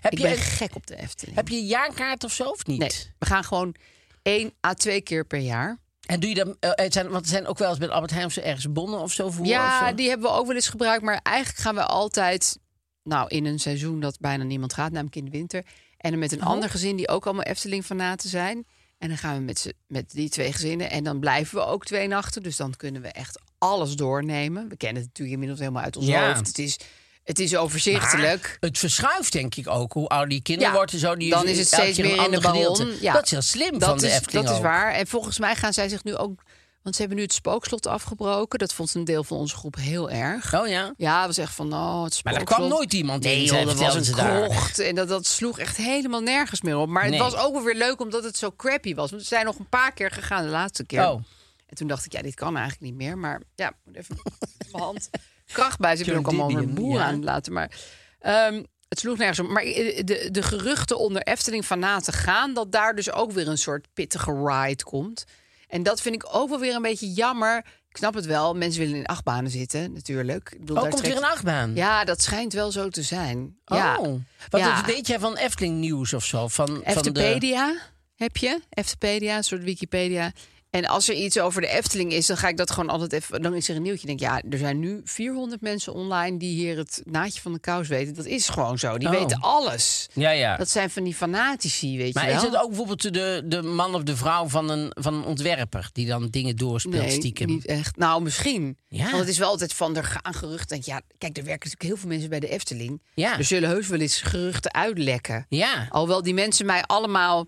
Speaker 1: Heb,
Speaker 4: Ik
Speaker 1: je
Speaker 4: ben
Speaker 1: een,
Speaker 4: gek op de Efteling.
Speaker 1: heb je een jaarkaart of zo of niet?
Speaker 4: Nee, we gaan gewoon één à twee keer per jaar.
Speaker 1: En doe je dan, eh, het zijn, want er zijn ook wel eens bij Albert Heijn of zo ergens bonnen of zo voor. of
Speaker 4: Ja,
Speaker 1: zo.
Speaker 4: die hebben we ook wel eens gebruikt. Maar eigenlijk gaan we altijd, nou, in een seizoen dat bijna niemand gaat, namelijk in de winter. En dan met
Speaker 1: Oh.
Speaker 4: een ander gezin die ook allemaal Efteling-fanaten zijn. En dan gaan we met, ze, met die twee gezinnen. En dan blijven we ook twee nachten. Dus dan kunnen we echt alles doornemen. We kennen het natuurlijk inmiddels helemaal uit ons
Speaker 1: Ja.
Speaker 4: hoofd. Het is, het is overzichtelijk.
Speaker 1: Maar het verschuift denk ik ook. Hoe ouder die kinderen
Speaker 4: Ja,
Speaker 1: worden, zo die
Speaker 4: dan is het
Speaker 1: elk
Speaker 4: steeds
Speaker 1: keer een
Speaker 4: meer in
Speaker 1: ander
Speaker 4: de ballon.
Speaker 1: gedeelte.
Speaker 4: Ja.
Speaker 1: Dat is heel slim van de
Speaker 4: is,
Speaker 1: Efteling
Speaker 4: Dat is
Speaker 1: ook.
Speaker 4: waar. En volgens mij gaan zij zich nu ook... Want ze hebben nu het spookslot afgebroken. Dat vond een deel van onze groep heel erg.
Speaker 1: Oh ja.
Speaker 4: Ja, het was echt van, oh, het
Speaker 1: Maar daar
Speaker 4: spookslot.
Speaker 1: kwam nooit iemand in,
Speaker 4: nee,
Speaker 1: zei-
Speaker 4: joh, dat was
Speaker 1: vertelden
Speaker 4: een
Speaker 1: ze daar.
Speaker 4: krocht. En dat, dat sloeg echt helemaal nergens meer op. Maar
Speaker 1: Nee.
Speaker 4: het was ook wel weer leuk omdat het zo crappy was. Want we zijn nog een paar keer gegaan de laatste keer.
Speaker 1: Oh.
Speaker 4: En toen dacht ik, ja, dit kan eigenlijk niet meer. Maar ja, ik moet even *laughs* mijn hand kracht bij. Ze hebben
Speaker 1: John
Speaker 4: ook allemaal weer
Speaker 1: Didion,
Speaker 4: boeren
Speaker 1: ja.
Speaker 4: aan het laten. Maar ehm, het sloeg nergens op. Maar eh, de, de geruchten onder Efteling fanaten gaan... dat daar dus ook weer een soort pittige ride komt. En dat vind ik ook wel weer een beetje jammer. Ik snap het wel. Mensen willen in achtbanen zitten, natuurlijk. Ik bedoel,
Speaker 1: Oh,
Speaker 4: daar
Speaker 1: komt
Speaker 4: trekt-
Speaker 1: weer een achtbaan?
Speaker 4: Ja, dat schijnt wel zo te zijn.
Speaker 1: Oh.
Speaker 4: Ja.
Speaker 1: Wat
Speaker 4: Ja.
Speaker 1: is- weet jij van Efteling nieuws of zo? Van, van de...
Speaker 4: Eftepedia heb je. Eftepedia, een soort Wikipedia. En als er iets over de Efteling is, dan ga ik dat gewoon altijd even... Dan is er een nieuwtje. Ik denk, ja, er zijn nu 400 mensen online die hier het naadje van de kous weten. Dat is gewoon zo. Die
Speaker 1: Oh.
Speaker 4: weten alles.
Speaker 1: Ja, ja.
Speaker 4: Dat zijn van die fanatici, weet
Speaker 1: Maar
Speaker 4: je
Speaker 1: is
Speaker 4: wel.
Speaker 1: het ook bijvoorbeeld de, de man of de vrouw van een, van een ontwerper... die dan dingen doorspeelt
Speaker 4: Nee,
Speaker 1: stiekem?
Speaker 4: niet echt. Nou, misschien.
Speaker 1: Ja.
Speaker 4: Want het is wel altijd van er gaan geruchten. Denk, je, ja, kijk, er werken natuurlijk heel veel mensen bij de Efteling.
Speaker 1: Ja.
Speaker 4: Er zullen heus wel eens geruchten uitlekken.
Speaker 1: Ja.
Speaker 4: Alhoewel die mensen mij allemaal...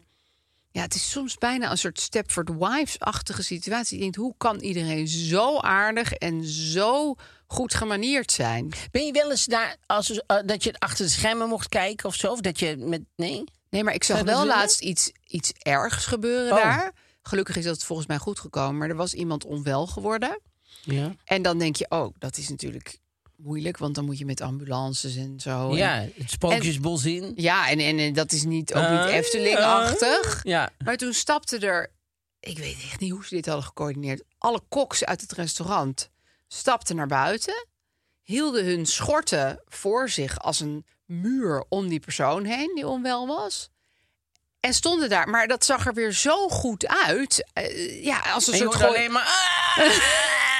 Speaker 4: Ja, het is soms bijna een soort Stepford Wives-achtige situatie. Je denkt, hoe kan iedereen zo aardig en zo goed gemanierd zijn?
Speaker 1: Ben je wel eens daar, als, eh, dat je achter de schermen mocht kijken of zo? Of dat je met... Nee?
Speaker 4: Nee, maar ik
Speaker 1: Zou
Speaker 4: zag
Speaker 1: je dat
Speaker 4: wel
Speaker 1: willen?
Speaker 4: laatst iets, iets ergs gebeuren
Speaker 1: Oh.
Speaker 4: daar. Gelukkig is dat volgens mij goed gekomen. Maar er was iemand onwel geworden.
Speaker 1: Ja.
Speaker 4: En dan denk je, oh, dat is natuurlijk moeilijk. Want dan moet je met ambulances en zo.
Speaker 1: Ja,
Speaker 4: Oh, En,
Speaker 1: het spookjesbos in.
Speaker 4: ja, en, en, eh, dat is niet, ook niet
Speaker 1: Eh,
Speaker 4: Efteling-achtig.
Speaker 1: Ja.
Speaker 4: Maar toen stapte er, ik weet echt niet hoe ze dit hadden gecoördineerd. Alle koks uit het restaurant stapten naar buiten, hielden hun schorten voor zich als een muur om die persoon heen die onwel was. En stonden daar, maar dat zag er weer zo goed uit. Eh, ja, als een
Speaker 1: En je
Speaker 4: soort
Speaker 1: hoort
Speaker 4: gooi-
Speaker 1: alleen maar... "Ah!"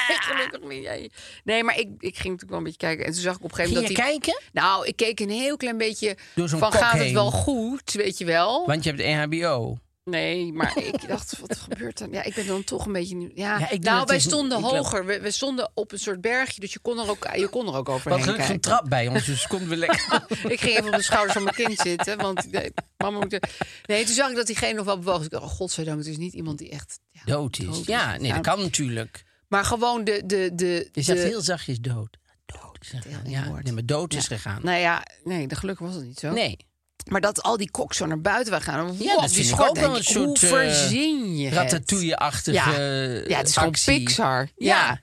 Speaker 4: Nee, gelukkig niet. ja, ja. Nee, maar ik, ik ging natuurlijk wel een beetje kijken. En toen zag ik op een gegeven
Speaker 1: Ging je
Speaker 4: moment dat die...
Speaker 1: kijken?
Speaker 4: Nou, ik keek een heel klein beetje
Speaker 1: Door zo'n
Speaker 4: van
Speaker 1: kok
Speaker 4: gaat
Speaker 1: heen.
Speaker 4: het wel goed, weet je wel.
Speaker 1: *laughs* Want je hebt EHBO.
Speaker 4: Nee, *laughs* maar ik dacht, wat gebeurt er? Ja, ik ben dan toch een beetje... nieuw- Ja,
Speaker 1: Ja, ik doe
Speaker 4: nou,
Speaker 1: dat
Speaker 4: wij
Speaker 1: dus niet.
Speaker 4: stonden
Speaker 1: Ik loop-
Speaker 4: hoger. We, we stonden op een soort bergje, dus je kon er ook, je kon er ook
Speaker 1: Wat
Speaker 4: overheen
Speaker 1: gelukkig een
Speaker 4: kijken.
Speaker 1: trap bij
Speaker 4: *laughs*
Speaker 1: ons, dus komt weer lekker.
Speaker 4: Ik ging even op de schouders van mijn kind zitten, want nee, mama moet... er- Nee, toen zag ik dat diegene nog wel bewoog. Ik dacht, oh, godzijdank, het is niet iemand die echt... ja,
Speaker 1: Dood is. Ja, nee, dat kan natuurlijk.
Speaker 4: Maar gewoon de... de, de,
Speaker 1: Je zegt
Speaker 4: de-
Speaker 1: heel zachtjes dood. Dood. is gegaan.
Speaker 4: heel
Speaker 1: Ja,
Speaker 4: eng woord.
Speaker 1: nee, maar dood is
Speaker 4: Ja.
Speaker 1: gegaan.
Speaker 4: Nou ja, nee, de- gelukkig was het niet zo.
Speaker 1: Nee.
Speaker 4: Maar dat al die koks zo naar buiten waren gaan.
Speaker 1: Ja,
Speaker 4: wow,
Speaker 1: dat
Speaker 4: die
Speaker 1: vind ik
Speaker 4: schort,
Speaker 1: ook wel
Speaker 4: denk
Speaker 1: een
Speaker 4: ik,
Speaker 1: soort,
Speaker 4: Hoe
Speaker 1: eh,
Speaker 4: verzin je het?
Speaker 1: Ratatouille-achtige
Speaker 4: Ja, ja het is gewoon
Speaker 1: actie.
Speaker 4: Pixar. Ja.
Speaker 1: Ja.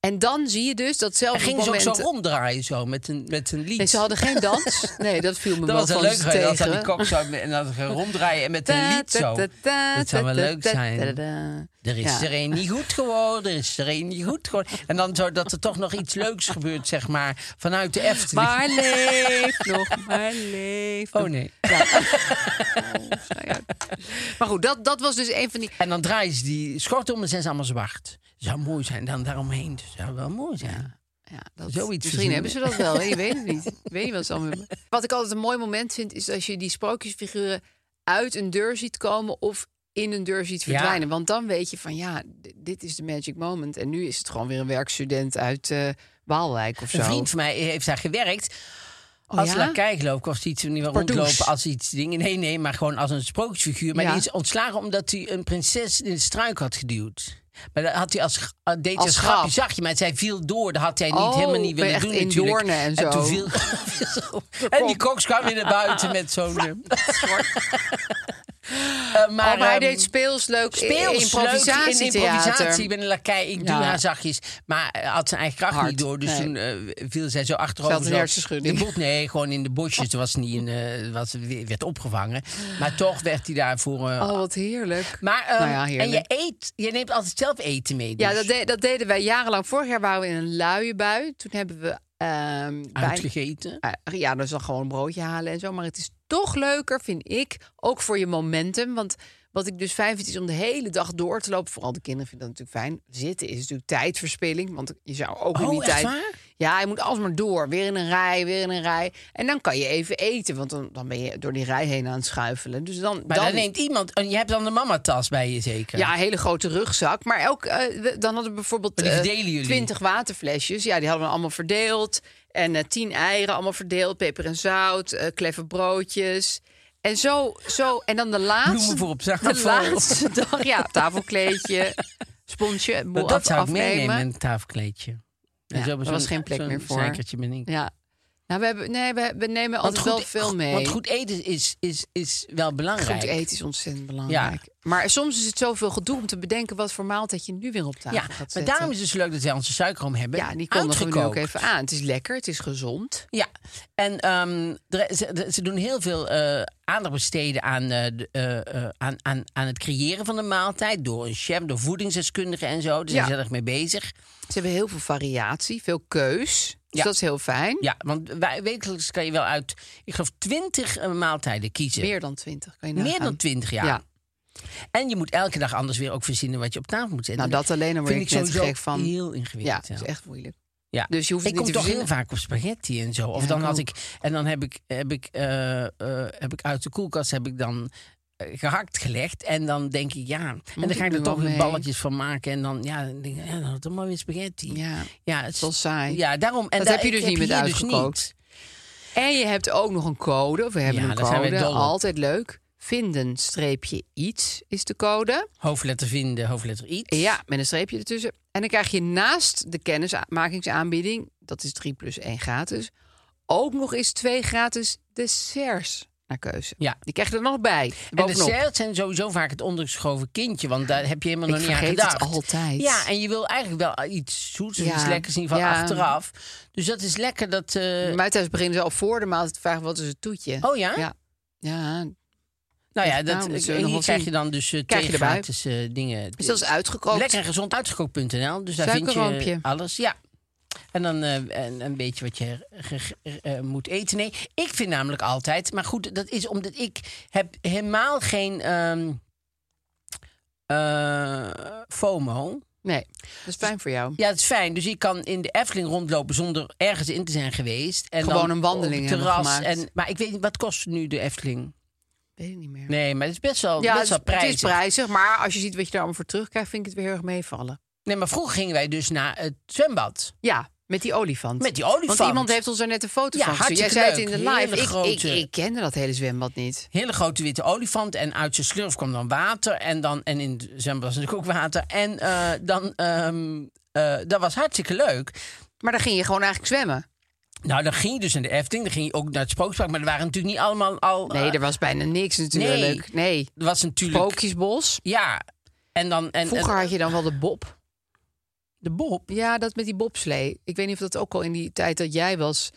Speaker 4: En dan zie je dus dat zelfs
Speaker 1: En gingen
Speaker 4: op
Speaker 1: ze ook zo
Speaker 4: momenten...
Speaker 1: ronddraaien zo met een, met een lied.
Speaker 4: Nee, ze hadden geen
Speaker 1: *laughs*
Speaker 4: dans. Nee, dat viel me
Speaker 1: dat
Speaker 4: wel
Speaker 1: was
Speaker 4: van
Speaker 1: wel leuk
Speaker 4: ze
Speaker 1: geweest. Dat ze aan
Speaker 4: tegen.
Speaker 1: die kok zo met- en
Speaker 4: *laughs*
Speaker 1: dat ze ronddraaien en met een
Speaker 4: Ta,
Speaker 1: lied
Speaker 4: ta,
Speaker 1: zo.
Speaker 4: ta, ta,
Speaker 1: Dat zou wel
Speaker 4: ta, ta,
Speaker 1: leuk
Speaker 4: ta,
Speaker 1: zijn.
Speaker 4: ta,
Speaker 1: *laughs*
Speaker 4: ta.
Speaker 1: Er is
Speaker 4: Ja.
Speaker 1: er een niet goed geworden, er is er een niet goed geworden. En dan zo dat er toch nog iets leuks gebeurt, zeg maar, vanuit de Efteling.
Speaker 4: Maar leef nog, maar leef
Speaker 1: Oh
Speaker 4: nog.
Speaker 1: nee.
Speaker 4: Ja. Nou ja.
Speaker 1: Oh.
Speaker 4: Maar goed, dat, dat was dus een van die...
Speaker 1: En dan draaien ze die schort om en dan zijn ze allemaal zwart. Zou mooi zijn, dan daaromheen. Dat zou wel mooi zijn.
Speaker 4: Ja, dat,
Speaker 1: Zoiets
Speaker 4: misschien
Speaker 1: verzinnen.
Speaker 4: hebben ze dat wel, hè? je weet het niet. Ik weet niet wat ze allemaal hebben. Wat ik altijd een mooi moment vind, is als je die sprookjesfiguren uit een deur ziet komen of in een deur ziet
Speaker 1: Ja.
Speaker 4: verdwijnen. Want dan weet je van ja, d- dit is de magic moment. En nu is het gewoon weer een werkstudent uit eh Waalwijk of zo.
Speaker 1: Een vriend van mij heeft daar gewerkt.
Speaker 4: Oh,
Speaker 1: als
Speaker 4: ja?
Speaker 1: La Kijkloop kost iets niet meer
Speaker 4: Pardoes.
Speaker 1: rondlopen als iets dingen. Nee, nee, maar gewoon als een sprookjesfiguur. Maar
Speaker 4: Ja.
Speaker 1: die is ontslagen omdat hij een prinses in de struik had geduwd. Maar dat had hij als, gra- eh, deed hij
Speaker 4: Als
Speaker 1: als grapje,
Speaker 4: grap.
Speaker 1: zag je. Maar zij viel door. Dat had hij niet
Speaker 4: Oh,
Speaker 1: helemaal niet
Speaker 4: ben
Speaker 1: willen
Speaker 4: echt
Speaker 1: doen
Speaker 4: in
Speaker 1: natuurlijk.
Speaker 4: doornen en zo.
Speaker 1: toen viel, *laughs* viel ze op. en die koks kwam weer naar buiten met *laughs* zo'n... eh,
Speaker 4: *laughs*
Speaker 1: eh,
Speaker 4: Maar, oh, maar hij
Speaker 1: ehm,
Speaker 4: deed speels leuk in-
Speaker 1: Speels, leuk, in
Speaker 4: improvisatietheater.
Speaker 1: Eh, improvisatie. Ik ben een lakij, ik
Speaker 4: Ja.
Speaker 1: doe haar zachtjes. Maar eh, had zijn eigen kracht
Speaker 4: Hard,
Speaker 1: niet door. Dus
Speaker 4: nee.
Speaker 1: toen eh, viel zij zo achterover.
Speaker 4: Ze had een
Speaker 1: zo.
Speaker 4: hersenschudding.
Speaker 1: De boel- nee, gewoon in de bosjes. Toen was ze niet in, eh, was, ze- werd opgevangen. Maar toch werd hij daarvoor... eh,
Speaker 4: Oh, wat heerlijk.
Speaker 1: maar, ehm,
Speaker 4: Nou ja,
Speaker 1: en je
Speaker 4: heerlijk.
Speaker 1: eet, je neemt altijd zelf eten mee. dus.
Speaker 4: Ja, dat, de- dat deden wij jarenlang. Vorig jaar waren we in een luie bui. Toen hebben we ehm,
Speaker 1: Oh,
Speaker 4: bij,
Speaker 1: Uitgegeten.
Speaker 4: eh, ja, dus dan gewoon een broodje halen en zo. Maar het is toch leuker, vind ik. Ook voor je momentum. Want wat ik dus fijn vind, is om de hele dag door te lopen. Vooral de kinderen vinden dat natuurlijk fijn. Zitten is natuurlijk tijdverspilling. Want je zou ook in
Speaker 1: Oh,
Speaker 4: die
Speaker 1: echt
Speaker 4: tijd...
Speaker 1: waar?
Speaker 4: Ja, je moet alsmaar door. Weer in een rij, weer in een rij. En dan kan je even eten. Want dan, dan ben je door die rij heen aan het schuifelen. Dus dan,
Speaker 1: Maar dan, neemt iemand... En je hebt dan de mamatas bij je zeker?
Speaker 4: ja, een hele grote rugzak. Maar ook, eh, we- dan hadden we bijvoorbeeld
Speaker 1: Maar die
Speaker 4: eh,
Speaker 1: verdelen jullie?
Speaker 4: 20 waterflesjes. Ja, die hadden we allemaal verdeeld. En eh 10 eieren allemaal verdeeld. Peper en zout, eh kleffe broodjes. En zo, zo. En dan de laatste,
Speaker 1: Bloemen voor op tafel.
Speaker 4: *laughs* De laatste dag, ja, tafelkleedje, sponsje. een boel
Speaker 1: Nou,
Speaker 4: af-
Speaker 1: dat zou ik
Speaker 4: afnemen.
Speaker 1: meenemen, een tafelkleedje. En
Speaker 4: Ja,
Speaker 1: zo
Speaker 4: daar was geen plek meer voor.
Speaker 1: Zekertje ben ik.
Speaker 4: Ja. Nou, we, hebben, nee, we, we nemen altijd wel veel mee.
Speaker 1: e- Want goed eten is, is, is wel belangrijk.
Speaker 4: Goed eten is ontzettend belangrijk. Maar soms is het zoveel gedoe om te bedenken wat voor maaltijd je nu weer op tafel
Speaker 1: Ja,
Speaker 4: gaat zetten.
Speaker 1: maar daarom is het zo leuk dat wij onze suikerroom hebben.
Speaker 4: Ja, die kondigen we nu ook
Speaker 1: uitgekookt.
Speaker 4: even aan. Het is lekker, het is gezond.
Speaker 1: Ja, en ehm, er- ze, ze doen heel veel eh, aandacht besteden aan, eh, de- eh, eh, aan, aan, aan het creëren van de maaltijd. Door een chef, door voedingsdeskundigen en zo. Daar zijn
Speaker 4: Ja.
Speaker 1: ze heel erg mee bezig.
Speaker 4: Ze hebben heel veel variatie, veel keus. Dus
Speaker 1: Ja.
Speaker 4: dat is heel fijn.
Speaker 1: Ja, want wij, wekelijks kan je wel uit, ik geloof, twintig eh, maaltijden kiezen.
Speaker 4: Meer dan twintig, kan je
Speaker 1: Meer
Speaker 4: nagaan. Nou,
Speaker 1: dan twintig jaar.
Speaker 4: Ja.
Speaker 1: En je moet elke dag anders weer ook verzinnen wat je op tafel moet zetten.
Speaker 4: Nou, dat alleen al word
Speaker 1: vind
Speaker 4: ik net
Speaker 1: sowieso
Speaker 4: gek van.
Speaker 1: heel
Speaker 4: Ja,
Speaker 1: ingewikkeld.
Speaker 4: het is echt moeilijk.
Speaker 1: Ja.
Speaker 4: Dus je hoeft
Speaker 1: ik
Speaker 4: het
Speaker 1: kom
Speaker 4: niet te
Speaker 1: toch heel
Speaker 4: verzinnen.
Speaker 1: vaak op spaghetti en zo. Of
Speaker 4: Ja,
Speaker 1: dan
Speaker 4: ik
Speaker 1: had
Speaker 4: ook.
Speaker 1: ik. En dan heb ik, heb ik, eh, eh, heb ik uit de koelkast heb ik dan eh, gehakt gelegd. En dan denk ik, ja. en dan
Speaker 4: ik
Speaker 1: ga ik
Speaker 4: nu
Speaker 1: er toch
Speaker 4: wel
Speaker 1: weer
Speaker 4: mee?
Speaker 1: balletjes van maken. En dan, ja, dan denk ik, ja, dan had ik toch maar weer spaghetti.
Speaker 4: Ja,
Speaker 1: ja het is
Speaker 4: wel saai.
Speaker 1: Ja, daarom. En
Speaker 4: Dat
Speaker 1: daar-
Speaker 4: heb je dus
Speaker 1: ik
Speaker 4: niet met
Speaker 1: hier dus
Speaker 4: uitgekookt.
Speaker 1: niet.
Speaker 4: En je hebt ook nog een code. Of we hebben
Speaker 1: Ja,
Speaker 4: een
Speaker 1: daar zijn we
Speaker 4: code.
Speaker 1: dol op.
Speaker 4: Altijd leuk. Vinden streepje iets is de code.
Speaker 1: Hoofdletter vinden, hoofdletter iets.
Speaker 4: Ja, met een streepje ertussen. En dan krijg je naast de kennismakingsaanbieding, dat is 3 plus 1 gratis, ook nog eens 2 gratis desserts naar keuze.
Speaker 1: Ja.
Speaker 4: Die krijg je er nog bij.
Speaker 1: En
Speaker 4: Bovenop.
Speaker 1: desserts zijn sowieso vaak het ondergeschoven kindje. Want daar heb je helemaal
Speaker 4: Ik
Speaker 1: nog niet aan
Speaker 4: vergeet het
Speaker 1: gedacht.
Speaker 4: altijd.
Speaker 1: Ja, en je wil eigenlijk wel eh, iets zoets of
Speaker 4: Ja.
Speaker 1: iets lekkers zien van
Speaker 4: Ja.
Speaker 1: achteraf. Dus dat is lekker dat... eh,
Speaker 4: Maar thuis beginnen ze al voor de maaltijd te vragen, wat is het toetje?
Speaker 1: Oh ja?
Speaker 4: Ja. Ja,
Speaker 1: Nou ja,
Speaker 4: Nou,
Speaker 1: dat,
Speaker 4: dat zullen we
Speaker 1: en
Speaker 4: nog
Speaker 1: hier
Speaker 4: wel
Speaker 1: krijg je
Speaker 4: zien.
Speaker 1: dan dus eh
Speaker 4: Krijg
Speaker 1: twee
Speaker 4: je erbij.
Speaker 1: gratis eh, dingen.
Speaker 4: dus dat is uitgekookt.
Speaker 1: Lekker en gezond uitgekookt.nl. Dus daar vind je
Speaker 4: Suikerroompje.
Speaker 1: alles. Ja. En dan eh, en een beetje wat je ge- ge- eh, moet eten. Nee, ik vind namelijk altijd... Maar goed, dat is omdat ik heb helemaal geen ehm eh, FOMO.
Speaker 4: Nee, dat is fijn voor jou.
Speaker 1: Ja, dat is fijn. Dus ik kan in de Efteling rondlopen zonder ergens in te zijn geweest. En
Speaker 4: Gewoon
Speaker 1: dan
Speaker 4: een wandeling
Speaker 1: op het
Speaker 4: hebben
Speaker 1: terras.
Speaker 4: gemaakt.
Speaker 1: En, maar ik weet niet, wat kost nu de Efteling?
Speaker 4: Weet ik niet meer.
Speaker 1: Nee, maar het is best wel,
Speaker 4: Ja,
Speaker 1: best
Speaker 4: het,
Speaker 1: wel
Speaker 4: is- het
Speaker 1: prijzig.
Speaker 4: is prijzig, maar als je ziet wat je daar allemaal voor terugkrijgt, vind ik het weer heel erg meevallen.
Speaker 1: Nee, maar vroeger gingen wij dus naar het zwembad.
Speaker 4: Ja, met die olifant.
Speaker 1: Met die olifant.
Speaker 4: Want iemand heeft ons daar net een foto
Speaker 1: Ja,
Speaker 4: van gestuurd. Jij
Speaker 1: hartstikke
Speaker 4: zei het
Speaker 1: leuk.
Speaker 4: in de live.
Speaker 1: Hele
Speaker 4: Ik, ik,
Speaker 1: grote-
Speaker 4: ik kende dat hele zwembad niet.
Speaker 1: Hele grote witte olifant. En uit zijn slurf kwam dan water. En, dan, en in het zwembad was natuurlijk ook water. En eh, dan, ehm, eh, dat was hartstikke leuk.
Speaker 4: Maar daar ging je gewoon eigenlijk zwemmen.
Speaker 1: Nou, dan ging je dus in de Efteling. Dan ging je ook naar het Spookpark. Maar er waren natuurlijk niet allemaal al...
Speaker 4: Nee,
Speaker 1: eh,
Speaker 4: er was bijna niks natuurlijk. Nee,
Speaker 1: er was natuurlijk...
Speaker 4: Spookjesbos.
Speaker 1: Ja. En dan... En,
Speaker 4: Vroeger
Speaker 1: en-
Speaker 4: had je dan wel de bob.
Speaker 1: de Bob.
Speaker 4: Ja, dat met die bobslee. Ik weet niet of dat ook al in die tijd dat jij was...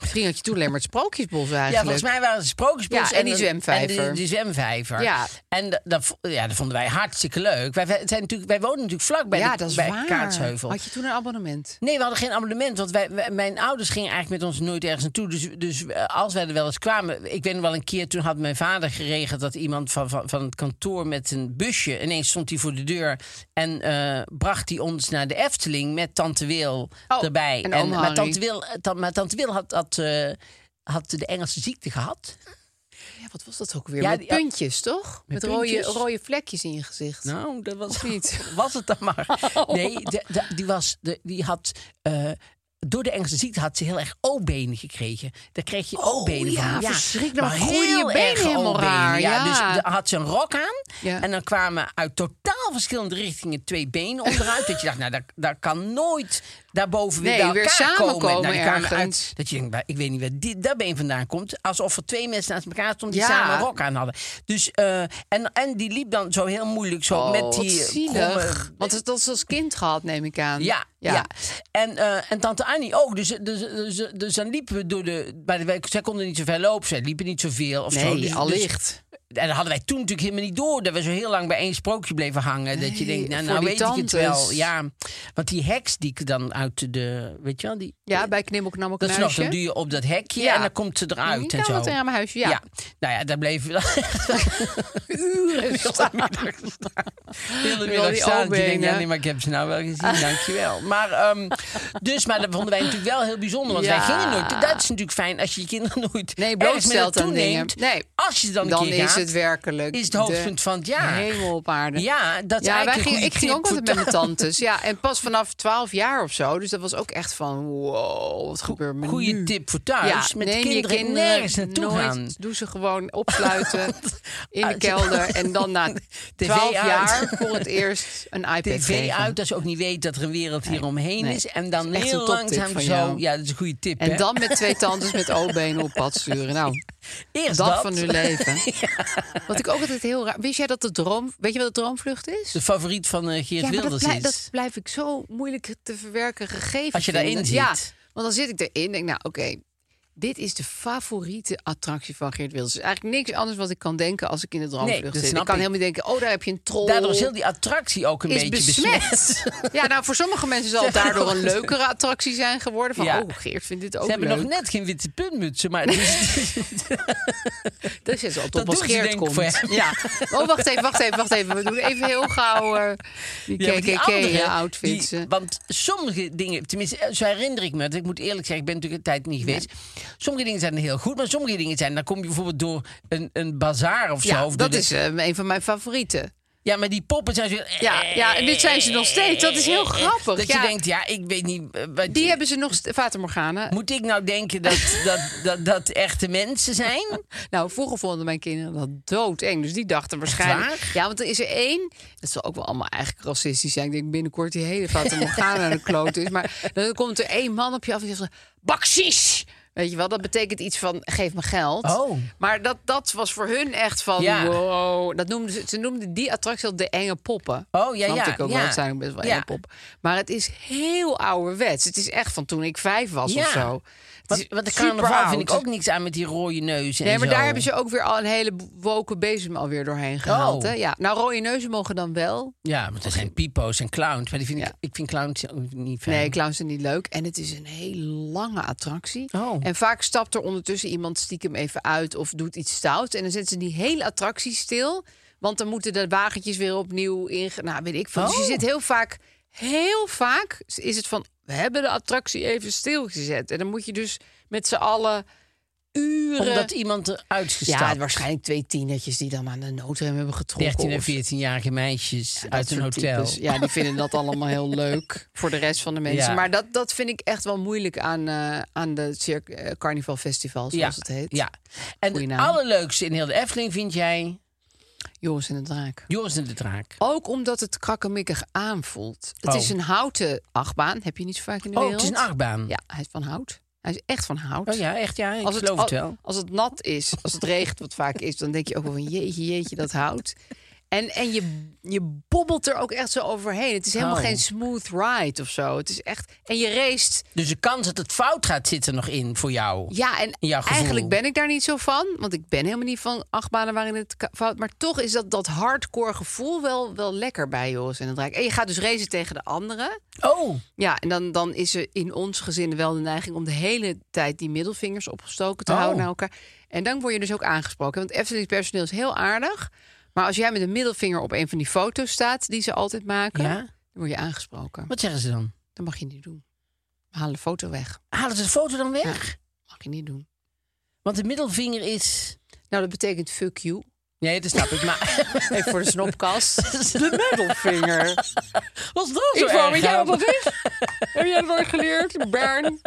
Speaker 4: Misschien had je toen alleen maar het Sprookjesbos eigenlijk.
Speaker 1: Ja, volgens mij waren het sprookjesbos.
Speaker 4: Ja, en die
Speaker 1: een-
Speaker 4: zwemvijver.
Speaker 1: En die, die zwemvijver.
Speaker 4: Ja.
Speaker 1: En da- dat, vo- ja, dat vonden wij hartstikke leuk. Wij, wij, het zijn natuurlijk, wij wonen natuurlijk vlak bij,
Speaker 4: ja,
Speaker 1: de,
Speaker 4: dat is
Speaker 1: bij
Speaker 4: waar.
Speaker 1: Kaatsheuvel.
Speaker 4: Had je toen een abonnement?
Speaker 1: Nee, we hadden geen abonnement. Want wij, wij- mijn ouders gingen eigenlijk met ons nooit ergens naartoe. Dus, dus eh, als wij er wel eens kwamen. Ik weet nog wel een keer toen had mijn vader geregeld dat iemand van, van, van het kantoor met een busje. ineens stond hij voor de deur. En eh, bracht hij ons naar de Efteling met Tante Wil
Speaker 4: Oh,
Speaker 1: erbij.
Speaker 4: en oom
Speaker 1: maar,
Speaker 4: Harry.
Speaker 1: tante Wil, eh, tan- maar Tante Wil had, had, eh, had de Engelse ziekte gehad.
Speaker 4: Ja, wat was dat ook weer?
Speaker 1: Ja,
Speaker 4: met
Speaker 1: die-
Speaker 4: puntjes, toch? Met, rode,
Speaker 1: puntjes?
Speaker 4: rode vlekjes in je gezicht.
Speaker 1: Nou, dat was *laughs*
Speaker 4: Of niet? Oh.
Speaker 1: Was het dan maar. Nee, de- de- die, was, de, die had. eh, door de Engelse ziekte had ze heel erg O-benen gekregen. Daar kreeg je O-benen
Speaker 4: Oh, ja,
Speaker 1: van.
Speaker 4: verschrikkelijk. Dan groeiden je
Speaker 1: heel
Speaker 4: benen
Speaker 1: erg
Speaker 4: helemaal
Speaker 1: O-benen,
Speaker 4: raar,
Speaker 1: Ja.
Speaker 4: ja.
Speaker 1: Dus daar had ze een rok aan.
Speaker 4: Ja.
Speaker 1: En dan kwamen uit totaal verschillende richtingen twee benen onderuit. dat je dacht, nou, daar, daar kan nooit daarboven weer,
Speaker 4: Nee,
Speaker 1: bij elkaar
Speaker 4: weer
Speaker 1: komen.
Speaker 4: samenkomen
Speaker 1: Nou, die kwamen
Speaker 4: ergens.
Speaker 1: uit, dat je denkt, waar- ik weet niet waar dit, dat been vandaan komt. Alsof er twee mensen naast elkaar stonden die
Speaker 4: Ja.
Speaker 1: samen een rok aan hadden. Dus, eh, en, en die liep dan zo heel moeilijk zo
Speaker 4: Oh,
Speaker 1: met die
Speaker 4: wat
Speaker 1: eh,
Speaker 4: zielig.
Speaker 1: kromme-
Speaker 4: Want het- dat is als kind gehad, neem ik aan.
Speaker 1: ja, ja. En, eh, en tante Annie ook. Dus, dus, dus, dus dan liepen we door de... Bij de, zij konden niet zoveel lopen. Zij liepen niet zoveel of zo.
Speaker 4: Nee,
Speaker 1: Dus,
Speaker 4: allicht.
Speaker 1: dus En dat hadden wij toen natuurlijk helemaal niet door. Dat we zo heel lang bij één sprookje bleven hangen. dat je
Speaker 4: Nee,
Speaker 1: denkt, nou,
Speaker 4: voor
Speaker 1: nou
Speaker 4: die
Speaker 1: weet ik het wel.
Speaker 4: tantes.
Speaker 1: Ja, want die heks die ik dan uit de... Weet je wel, die,
Speaker 4: Ja, bij knibbel, knabbel,
Speaker 1: dat is nou nog,
Speaker 4: knuisje.
Speaker 1: dan doe je op dat hekje
Speaker 4: Ja.
Speaker 1: en dan komt ze eruit en
Speaker 4: Ja,
Speaker 1: zo.
Speaker 4: want aan mijn huisje, ja.
Speaker 1: Nou ja, *laughs* daar bleven we dan uren staan. Heel de
Speaker 4: Wel
Speaker 1: middag
Speaker 4: die
Speaker 1: staan. Dat je denkt,
Speaker 4: oogbenen.
Speaker 1: ja, nee, maar ik heb ze nou wel
Speaker 4: *laughs*
Speaker 1: gezien, dankjewel. Maar, ehm, dus, maar dat vonden wij natuurlijk wel heel bijzonder. Want wij
Speaker 4: Ja.
Speaker 1: gingen nooit. Dat is natuurlijk fijn als je je kinderen *laughs* nooit ergens mee
Speaker 4: Nee, blootstelt
Speaker 1: naartoe
Speaker 4: aan dingen.
Speaker 1: neemt.
Speaker 4: Nee.
Speaker 1: Als je er dan een
Speaker 4: Dan
Speaker 1: keer
Speaker 4: is
Speaker 1: gaat,
Speaker 4: het werkelijk
Speaker 1: is het
Speaker 4: de
Speaker 1: hoogtepunt van het jaar.
Speaker 4: Hemel op aarde.
Speaker 1: Ja, dat is
Speaker 4: Ja, wij
Speaker 1: eigenlijk
Speaker 4: gingen,
Speaker 1: een
Speaker 4: ik ging
Speaker 1: goede
Speaker 4: ook
Speaker 1: tip
Speaker 4: altijd met
Speaker 1: voor
Speaker 4: mijn tantes. Ja, en pas vanaf 12 jaar of zo. Dus dat was ook echt van, wow, wat gebeurt me
Speaker 1: Goede
Speaker 4: nu?
Speaker 1: tip voor thuis. met
Speaker 4: neem Mm. je
Speaker 1: kinderen, nergens naartoe
Speaker 4: nooit.
Speaker 1: gaan.
Speaker 4: Doe ze gewoon opsluiten in
Speaker 1: *laughs*
Speaker 4: de
Speaker 1: Uit.
Speaker 4: kelder. En dan
Speaker 1: *laughs*
Speaker 4: na
Speaker 1: TV
Speaker 4: 12
Speaker 1: uit.
Speaker 4: jaar voor het eerst een iPad
Speaker 1: TV
Speaker 4: geven.
Speaker 1: uit als je ook niet weet dat er een wereld hieromheen
Speaker 4: nee.
Speaker 1: is. En dan
Speaker 4: Dat is echt
Speaker 1: heel
Speaker 4: een toptip
Speaker 1: langzaam
Speaker 4: van
Speaker 1: zo.
Speaker 4: jou.
Speaker 1: Ja, dat is een goede tip. hè?
Speaker 4: En dan met twee tantes met O-benen op pad sturen. Nou,
Speaker 1: Eerst
Speaker 4: dag
Speaker 1: dat.
Speaker 4: van hun
Speaker 1: *laughs*
Speaker 4: leven. Wat ik ook altijd heel raar... Wist jij dat de droom... Weet je wat de droomvlucht is?
Speaker 1: De favoriet van eh, Geert
Speaker 4: ja, maar dat,
Speaker 1: Wilders
Speaker 4: blij-
Speaker 1: is.
Speaker 4: dat blijf ik zo moeilijk te verwerken gegeven.
Speaker 1: Als je daarin
Speaker 4: vinden.
Speaker 1: zit.
Speaker 4: Ja, want dan zit ik erin en denk nou oké, dit is de favoriete attractie van Geert Wilders. Dus eigenlijk niks anders wat ik kan denken als ik in de droomvlucht
Speaker 1: dat
Speaker 4: zit.
Speaker 1: snap
Speaker 4: ik kan
Speaker 1: ik.
Speaker 4: helemaal niet denken, oh daar heb je een troll.
Speaker 1: Daardoor is heel die attractie ook een
Speaker 4: is
Speaker 1: beetje
Speaker 4: besmet.
Speaker 1: *laughs*
Speaker 4: Ja, nou voor sommige mensen zal het daardoor een leukere attractie zijn geworden. Van
Speaker 1: Ja.
Speaker 4: oh, Geert vindt dit ook
Speaker 1: Ze hebben
Speaker 4: leuk.
Speaker 1: nog net geen witte puntmutsen, maar het
Speaker 4: *laughs*
Speaker 1: is-
Speaker 4: Dat is al
Speaker 1: Dat
Speaker 4: top als
Speaker 1: doen ze
Speaker 4: Geert
Speaker 1: denk ik
Speaker 4: komt.
Speaker 1: voor hem.
Speaker 4: Ja. Oh, wacht even, wacht even, wacht even. We doen even heel gauw eh, die
Speaker 1: Ja, maar die andere,
Speaker 4: KKK-outfits.
Speaker 1: die- Want sommige dingen, tenminste, eh, zo herinner ik me het. Ik moet eerlijk zeggen, ik ben natuurlijk een tijd niet geweest. Sommige dingen zijn heel goed, maar sommige dingen zijn... Dan kom je bijvoorbeeld door een, een bazaar of zo.
Speaker 4: Ja,
Speaker 1: of door
Speaker 4: dat
Speaker 1: de-
Speaker 4: is eh, een van mijn favorieten.
Speaker 1: Ja, maar die poppen zijn zo... Eh,
Speaker 4: Ja, ja, en dit zijn ze nog steeds. Dat is heel grappig,
Speaker 1: Dat
Speaker 4: ja.
Speaker 1: je denkt, ja, ik weet niet... eh, wat-
Speaker 4: Die hebben ze nog, st- Fata Morgana.
Speaker 1: Moet ik nou denken dat
Speaker 4: *laughs*
Speaker 1: dat, dat, dat echte mensen zijn?
Speaker 4: Nou, vroeger vonden mijn kinderen dat doodeng. Dus die dachten waarschijnlijk...
Speaker 1: waar?
Speaker 4: Ja, want er is er één... Dat zal ook wel allemaal eigenlijk racistisch zijn. Ik denk binnenkort die hele
Speaker 1: *laughs*
Speaker 4: Fata Morgana aan de kloot is. Maar dan komt er één man op je af en die zegt... Bakshish! Weet je wel, dat betekent iets van geef me geld.
Speaker 1: Oh.
Speaker 4: Maar dat, dat was voor hun echt van
Speaker 1: Ja.
Speaker 4: wow. Dat noemden ze, ze noemden die attractie al de enge poppen.
Speaker 1: Oh, ja,
Speaker 4: Snapte
Speaker 1: ja,
Speaker 4: ik ook
Speaker 1: ja.
Speaker 4: wel. Het zijn ook best wel
Speaker 1: Ja.
Speaker 4: enge poppen. Maar het is heel ouderwets. Het is echt van toen ik vijf was
Speaker 1: Ja.
Speaker 4: of zo. Het
Speaker 1: Want,
Speaker 4: is
Speaker 1: want de
Speaker 4: super
Speaker 1: carnaval vind
Speaker 4: oud.
Speaker 1: ik ook niks aan met die rode neuzen.
Speaker 4: Nee,
Speaker 1: en
Speaker 4: maar
Speaker 1: zo.
Speaker 4: daar hebben ze ook weer al een hele woken bezem alweer doorheen gehaald.
Speaker 1: Oh.
Speaker 4: Hè? Ja. Nou, rode neuzen mogen dan wel.
Speaker 1: Ja, want er zijn pipo's en clowns. Maar die vind ik,
Speaker 4: Ja.
Speaker 1: ik vind clowns ook niet fijn.
Speaker 4: Nee, clowns zijn niet leuk. En het is een heel lange attractie.
Speaker 1: Oh.
Speaker 4: En vaak stapt er ondertussen iemand stiekem even uit of doet iets stout. En dan zetten ze die hele attractie stil. Want dan moeten de wagentjes weer opnieuw in. Nou, weet ik veel. Dus je
Speaker 1: Oh.
Speaker 4: zit heel vaak, heel vaak is het van... we hebben de attractie even stilgezet. En dan moet je dus met z'n allen uren...
Speaker 1: Omdat iemand eruit gestapt.
Speaker 4: Eh, Ja, waarschijnlijk twee tienertjes die dan aan de noodrem hebben getrokken.
Speaker 1: 13 en
Speaker 4: of
Speaker 1: 14-jarige meisjes
Speaker 4: dat
Speaker 1: uit een
Speaker 4: soort
Speaker 1: hotel.
Speaker 4: types. Ja, die vinden dat allemaal
Speaker 1: *laughs*
Speaker 4: heel leuk voor de rest van de mensen.
Speaker 1: Ja.
Speaker 4: Maar dat, dat vind ik echt wel moeilijk aan, eh, aan de Circ eh, Carnival Festival, zoals het heet.
Speaker 1: ja. En
Speaker 4: Goeie
Speaker 1: het
Speaker 4: naam.
Speaker 1: allerleukste in heel de Efteling vind jij
Speaker 4: Joris en de Draak.
Speaker 1: Joris en de Draak.
Speaker 4: Ook omdat het krakkemikkig aanvoelt. Het
Speaker 1: Oh.
Speaker 4: is een houten achtbaan. Heb je niet zo vaak in de
Speaker 1: Oh, het
Speaker 4: wereld?
Speaker 1: is een achtbaan.
Speaker 4: Ja, hij is van hout. Hij is echt van hout.
Speaker 1: Oh ja, echt ja, ik
Speaker 4: als het,
Speaker 1: geloof het
Speaker 4: al-
Speaker 1: wel.
Speaker 4: Als het nat is, als het regent, wat vaak is, dan denk je ook wel van jeetje, jeetje, dat houdt. En, en je, je bobbelt er ook echt zo overheen. Het is helemaal
Speaker 1: Oh.
Speaker 4: geen smooth ride of zo. Het is echt. En je raced.
Speaker 1: Dus de kans dat het fout gaat zit er nog in voor jou.
Speaker 4: Ja, en
Speaker 1: In jouw gevoel.
Speaker 4: eigenlijk ben ik daar niet zo van. Want ik ben helemaal niet van achtbanen waarin het ka- fout. Maar toch is dat, dat hardcore gevoel wel, wel lekker bij Joris en de Draak. En je gaat dus racen tegen de anderen.
Speaker 1: Oh,
Speaker 4: Ja, en dan, dan is er in ons gezin wel de neiging om de hele tijd die middelvingers opgestoken te
Speaker 1: Oh.
Speaker 4: houden naar elkaar. En dan word je dus ook aangesproken. Want Efteling personeel is heel aardig. Maar als jij met een middelvinger op een van die foto's staat die ze altijd maken,
Speaker 1: Ja.
Speaker 4: dan word je aangesproken.
Speaker 1: wat zeggen ze dan?
Speaker 4: Dat mag je niet doen. We halen de foto weg.
Speaker 1: Halen ze de foto dan weg?
Speaker 4: Mag je niet doen.
Speaker 1: Want de middelvinger is...
Speaker 4: Nou, dat betekent fuck you.
Speaker 1: Nee, dat snap ik, maar... *laughs*
Speaker 4: *laughs* Even voor de snopkast. De *laughs* middelvinger.
Speaker 1: Was dat
Speaker 4: Ik wou met jou
Speaker 1: aan?
Speaker 4: wat dat is. Heb jij dat ooit geleerd? Bern.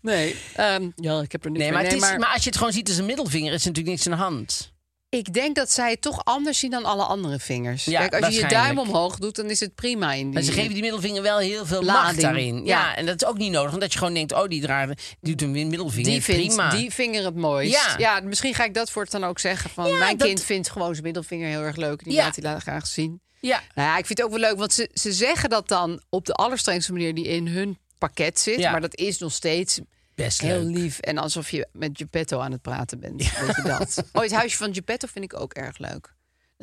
Speaker 4: Nee. ehm, ja, ik heb er niks
Speaker 1: Nee,
Speaker 4: mee.
Speaker 1: maar, het is, maar... als je het gewoon ziet als een middelvinger, is er natuurlijk niks aan de hand.
Speaker 4: Ik denk dat zij het toch anders zien dan alle andere vingers.
Speaker 1: Ja,
Speaker 4: Kijk, als je je
Speaker 1: waarschijnlijk.
Speaker 4: duim omhoog doet, dan is het prima in die.
Speaker 1: Maar ze geven die middelvinger wel heel veel macht
Speaker 4: Lading.
Speaker 1: daarin. Ja.
Speaker 4: Ja.
Speaker 1: en dat is ook niet nodig, omdat je gewoon denkt: oh, die draait, die doet een middelvinger.
Speaker 4: die vindt
Speaker 1: prima.
Speaker 4: die vinger het mooist.
Speaker 1: Ja.
Speaker 4: misschien ga ik dat voor het dan ook zeggen. Van,
Speaker 1: Ja,
Speaker 4: mijn
Speaker 1: dat-
Speaker 4: kind vindt gewoon zijn middelvinger heel erg leuk. En die
Speaker 1: Ja.
Speaker 4: laat hij laat graag zien.
Speaker 1: Ja.
Speaker 4: Nou ja, ik vind het ook wel leuk, want ze, ze zeggen dat dan op de allerstrengste manier die in hun pakket zit.
Speaker 1: Ja.
Speaker 4: Maar dat is nog steeds
Speaker 1: Best
Speaker 4: Heel
Speaker 1: leuk.
Speaker 4: lief. En alsof je met Geppetto aan het praten bent. Weet je
Speaker 1: *laughs*
Speaker 4: dat? Oh, het huisje van Geppetto vind ik ook erg leuk. Dat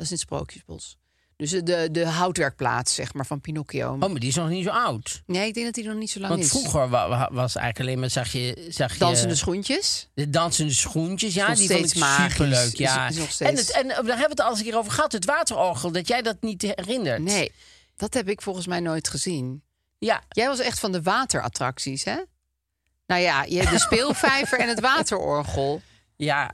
Speaker 4: is in het Sprookjesbos. Dus de, de houtwerkplaats, zeg maar, van Pinocchio.
Speaker 1: Oh, maar die is nog niet zo oud.
Speaker 4: Nee, ik denk dat die nog niet zo lang
Speaker 1: Want
Speaker 4: is.
Speaker 1: vroeger wa- wa- was eigenlijk alleen maar, zag je... Zag je
Speaker 4: Dansende schoentjes.
Speaker 1: De dansende schoentjes, ja,
Speaker 4: nog
Speaker 1: die vond ik
Speaker 4: steeds magisch.
Speaker 1: superleuk.
Speaker 4: Is-
Speaker 1: Ja.
Speaker 4: is nog steeds-
Speaker 1: en, het, en eh, daar hebben we het al eens een keer over gehad, het waterorgel. Dat jij dat niet herinnert.
Speaker 4: Nee, dat heb ik volgens mij nooit gezien.
Speaker 1: Ja,
Speaker 4: Jij was echt van de waterattracties, hè? Nou ja, je hebt
Speaker 1: *laughs*
Speaker 4: de speelvijver en het waterorgel. *laughs*
Speaker 1: ja.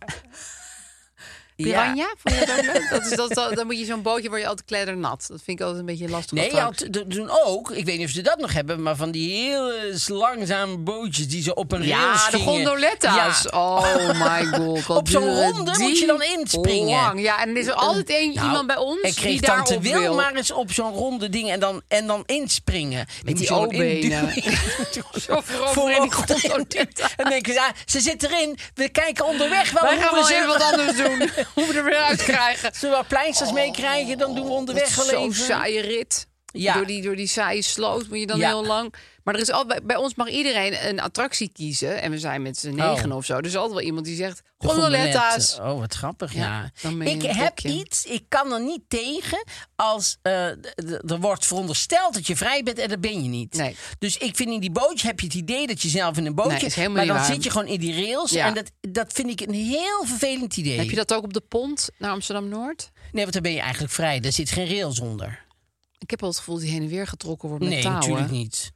Speaker 4: Piranha? Vond je dat ook leuk? Dat is, dat, dat- dan moet je zo'n bootje waar je altijd kleddernat. Dat vind ik altijd een beetje lastig.
Speaker 1: Nee, je had t- toen ook, ik weet niet of ze dat nog hebben, maar van die hele s- langzame bootjes die ze op een rails
Speaker 4: Ja, de
Speaker 1: gingen.
Speaker 4: gondoletta's.
Speaker 1: Ja.
Speaker 4: Oh
Speaker 1: *laughs*
Speaker 4: my god. wat
Speaker 1: Op zo'n
Speaker 4: duren
Speaker 1: ronde
Speaker 4: die
Speaker 1: moet je dan inspringen.
Speaker 4: Lang. Ja, en er is er altijd één
Speaker 1: Nou,
Speaker 4: iemand bij ons
Speaker 1: Ik kreeg
Speaker 4: die
Speaker 1: tante
Speaker 4: daarop wil.
Speaker 1: Wil maar eens op zo'n ronde ding en dan, en dan inspringen.
Speaker 4: Met die
Speaker 1: moest je gewoon
Speaker 4: O-benen.
Speaker 1: *laughs*
Speaker 4: *laughs*
Speaker 1: induwen.
Speaker 4: Zo
Speaker 1: *laughs*
Speaker 4: voorover in
Speaker 1: Voorover.
Speaker 4: die grond. zo diep.
Speaker 1: En dan denk je, ja, ze zit erin, we kijken onderweg wel
Speaker 4: Wij
Speaker 1: Oh, hoe
Speaker 4: gaan
Speaker 1: we
Speaker 4: wel
Speaker 1: ze- *laughs*
Speaker 4: even wat anders doen. Hoe we er weer uit krijgen.
Speaker 1: Zullen we wat pleisters meekrijgen, dan doen we onderweg
Speaker 4: Oh, Dat is
Speaker 1: wel
Speaker 4: Zo'n
Speaker 1: even.
Speaker 4: saaie rit.
Speaker 1: Ja.
Speaker 4: Door, die, door die saaie sloot moet je dan
Speaker 1: Ja.
Speaker 4: heel lang. Maar er is al, bij, bij ons mag iedereen een attractie kiezen. En we zijn met z'n negen
Speaker 1: Oh.
Speaker 4: of zo. Er is altijd wel iemand die zegt:
Speaker 1: De gondeletten.
Speaker 4: Gondoletta's.
Speaker 1: Oh, wat grappig,
Speaker 4: Ja,
Speaker 1: ja.
Speaker 4: dan ben je
Speaker 1: Ik
Speaker 4: een
Speaker 1: heb
Speaker 4: dopje.
Speaker 1: iets, ik kan er niet tegen als eh, d- d- er wordt verondersteld dat je vrij bent en dat ben je niet.
Speaker 4: Nee.
Speaker 1: Dus ik vind in die bootje heb je het idee dat je zelf in een bootje...
Speaker 4: Nee, is helemaal
Speaker 1: maar
Speaker 4: niet
Speaker 1: dan
Speaker 4: waar.
Speaker 1: zit je gewoon in die rails
Speaker 4: Ja.
Speaker 1: en dat, dat vind ik een heel vervelend idee.
Speaker 4: Heb je dat ook op de pont naar Amsterdam Noord?
Speaker 1: Nee, want dan ben je eigenlijk vrij, daar zit geen rails onder.
Speaker 4: Ik heb al het gevoel dat die heen en weer getrokken wordt met
Speaker 1: Nee,
Speaker 4: touwen.
Speaker 1: natuurlijk niet.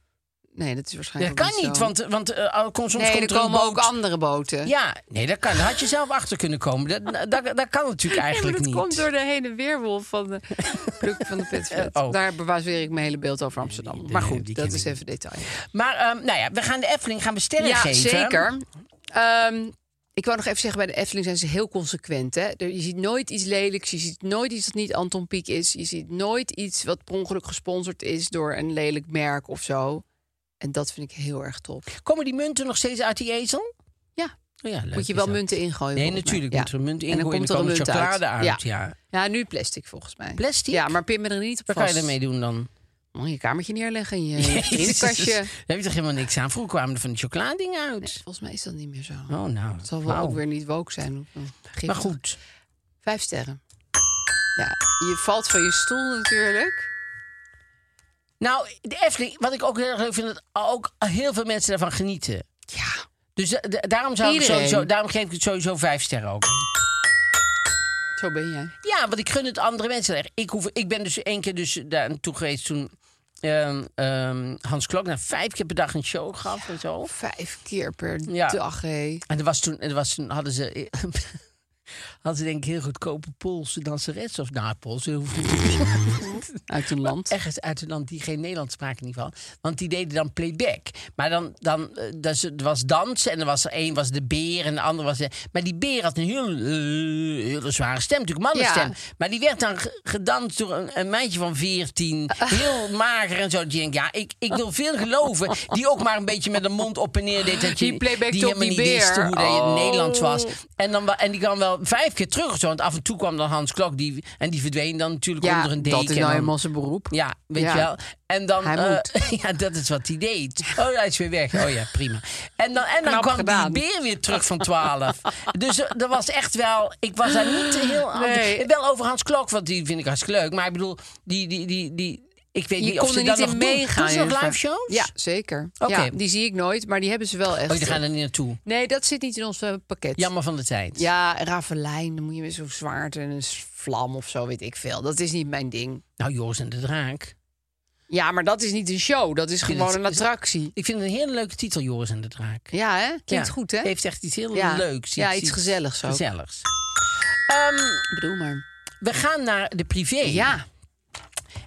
Speaker 4: Nee, dat is waarschijnlijk
Speaker 1: Dat kan
Speaker 4: zo.
Speaker 1: niet, want, want eh, al- soms
Speaker 4: nee,
Speaker 1: komt er
Speaker 4: er
Speaker 1: een
Speaker 4: komen ook
Speaker 1: boot...
Speaker 4: andere boten.
Speaker 1: Ja, nee, dat kan. Daar had je zelf achter kunnen komen. Dat, dat, dat kan
Speaker 4: *laughs*
Speaker 1: natuurlijk
Speaker 4: Nee, maar
Speaker 1: eigenlijk
Speaker 4: dat
Speaker 1: niet.
Speaker 4: komt door de heen en weerwolf van
Speaker 1: *laughs*
Speaker 4: de pluk van de petvet.
Speaker 1: Oh.
Speaker 4: Daar baseer ik mijn hele beeld over Amsterdam.
Speaker 1: die-
Speaker 4: maar
Speaker 1: die-
Speaker 4: goed,
Speaker 1: die
Speaker 4: dat
Speaker 1: ken
Speaker 4: is
Speaker 1: ik
Speaker 4: even detail.
Speaker 1: Maar ehm, nou ja, we gaan de Efteling gaan we sterren
Speaker 4: ja,
Speaker 1: geven.
Speaker 4: zeker. Ehm, ik wou nog even zeggen, bij de Efteling zijn ze heel consequent. Hè? Er- Je ziet nooit iets lelijks, je ziet nooit iets dat niet Anton Pieck is. Je ziet nooit iets wat per ongeluk gesponsord is door een lelijk merk of zo. En dat vind ik heel erg top.
Speaker 1: Komen die munten nog steeds uit die ezel?
Speaker 4: Ja,
Speaker 1: Oh ja, leuk
Speaker 4: moet je
Speaker 1: is
Speaker 4: wel
Speaker 1: dat.
Speaker 4: munten ingooien.
Speaker 1: Nee,
Speaker 4: volgens mij.
Speaker 1: natuurlijk
Speaker 4: Ja.
Speaker 1: moeten we munten
Speaker 4: En dan
Speaker 1: ingooien. En
Speaker 4: komt
Speaker 1: dan
Speaker 4: er een
Speaker 1: komen
Speaker 4: munt uit.
Speaker 1: chocolade uit.
Speaker 4: Ja.
Speaker 1: ja.
Speaker 4: Ja, nu plastic volgens mij.
Speaker 1: Plastic?
Speaker 4: Ja, maar pin me er niet op
Speaker 1: Wat
Speaker 4: vast.
Speaker 1: kan je ermee doen
Speaker 4: *laughs*
Speaker 1: dan?
Speaker 4: Moet je kamertje
Speaker 1: *laughs*
Speaker 4: neerleggen in je vriendenkastje.
Speaker 1: Daar heb je toch helemaal niks aan? Vroeger kwamen er van die chocoladingen uit.
Speaker 4: Volgens mij is dat niet meer zo.
Speaker 1: Oh, nou.
Speaker 4: Het zal wel
Speaker 1: wauw.
Speaker 4: ook weer niet woke zijn. Giftig.
Speaker 1: Maar goed.
Speaker 4: Vijf sterren. Ja, je valt van je stoel natuurlijk.
Speaker 1: Nou, de Efteling, wat ik ook heel erg leuk vind, dat ook heel veel mensen daarvan genieten.
Speaker 4: Ja.
Speaker 1: Dus da- da- daarom, zou ik
Speaker 4: Iedereen.
Speaker 1: sowieso, daarom geef ik het sowieso vijf sterren ook.
Speaker 4: Zo ben jij.
Speaker 1: Ja, want ik gun het andere mensen. echt. Ik, hoef, ik ben dus één keer dus daar naartoe geweest toen ehm, ehm, Hans Klok na vijf keer per dag een show gaf en zo.
Speaker 4: Vijf keer per
Speaker 1: Ja.
Speaker 4: dag, hé.
Speaker 1: En er was toen, er was toen hadden ze. *laughs* Hadden ze denk ik heel goedkope Poolse danseres of nou, Poolse, hoeft niet.
Speaker 4: Uit een land.
Speaker 1: ergens uit een land die geen Nederlands spraken in ieder geval. Want die deden dan playback. Maar dan, dan eh, dus er was dansen en er was er één was de beer en de andere was de... Maar die beer had een heel, eh, hele zware stem, natuurlijk mannenstem.
Speaker 4: Ja.
Speaker 1: Maar die werd dan ge- gedanst door een, een meisje van 14,
Speaker 4: Eh.
Speaker 1: heel mager en zo. Die denkt, ja, ik, ik wil veel geloven. Die ook maar een beetje met de mond op en neer deed. Dat je,
Speaker 4: Die playback
Speaker 1: die
Speaker 4: op
Speaker 1: helemaal
Speaker 4: die
Speaker 1: niet wist
Speaker 4: beer.
Speaker 1: hoe dat je
Speaker 4: Oh.
Speaker 1: Nederlands was. En, dan, wa- en die kwam wel vijf keer terug. of Zo, want af en toe kwam dan Hans Klok die, en die verdween dan natuurlijk
Speaker 4: Ja,
Speaker 1: onder een deken.
Speaker 4: dat is
Speaker 1: en
Speaker 4: nou
Speaker 1: dan-
Speaker 4: helemaal zijn beroep.
Speaker 1: ja, weet
Speaker 4: Ja.
Speaker 1: je wel. En dan,
Speaker 4: Hij
Speaker 1: eh,
Speaker 4: moet.
Speaker 1: *laughs* ja, dat is wat hij deed. Oh, hij is weer weg. Oh ja, prima. En dan, en dan
Speaker 4: Knap
Speaker 1: kwam
Speaker 4: gedaan.
Speaker 1: die beer weer terug van 12. dus eh, er was echt wel, ik was daar niet heel aan.
Speaker 4: Nee.
Speaker 1: Wel over Hans Klok, want die vind ik hartstikke leuk. Maar ik bedoel, die, die, die, die ik weet
Speaker 4: Je
Speaker 1: niet
Speaker 4: kon
Speaker 1: of ze
Speaker 4: er
Speaker 1: dat
Speaker 4: niet
Speaker 1: nog
Speaker 4: in
Speaker 1: doen.
Speaker 4: meegaan.
Speaker 1: Doen ze nog
Speaker 4: in ieder
Speaker 1: live
Speaker 4: geval.
Speaker 1: shows?
Speaker 4: Ja, zeker.
Speaker 1: Oké.
Speaker 4: Ja, die zie ik nooit, maar die hebben ze wel echt.
Speaker 1: Oh, die gaan er niet naartoe.
Speaker 4: Nee, dat zit niet in ons eh, pakket.
Speaker 1: Jammer van de tijd.
Speaker 4: Ja, Ravelijn, dan moet je met zo'n zwaard en een s- vlam of zo, weet ik veel. Dat is niet mijn ding.
Speaker 1: Nou, Joris en de Draak.
Speaker 4: Ja, maar dat is niet een show, dat is
Speaker 1: vind
Speaker 4: gewoon
Speaker 1: het-
Speaker 4: een attractie.
Speaker 1: Ik vind het een hele leuke titel, Joris en de Draak.
Speaker 4: Ja, hè? Klinkt
Speaker 1: Ja,
Speaker 4: goed, hè?
Speaker 1: Heeft echt iets heel
Speaker 4: Ja.
Speaker 1: leuks.
Speaker 4: Ja, iets gezelligs ook.
Speaker 1: Gezelligs. Ehm,
Speaker 4: Ik bedoel maar.
Speaker 1: we gaan naar de privé.
Speaker 4: Ja,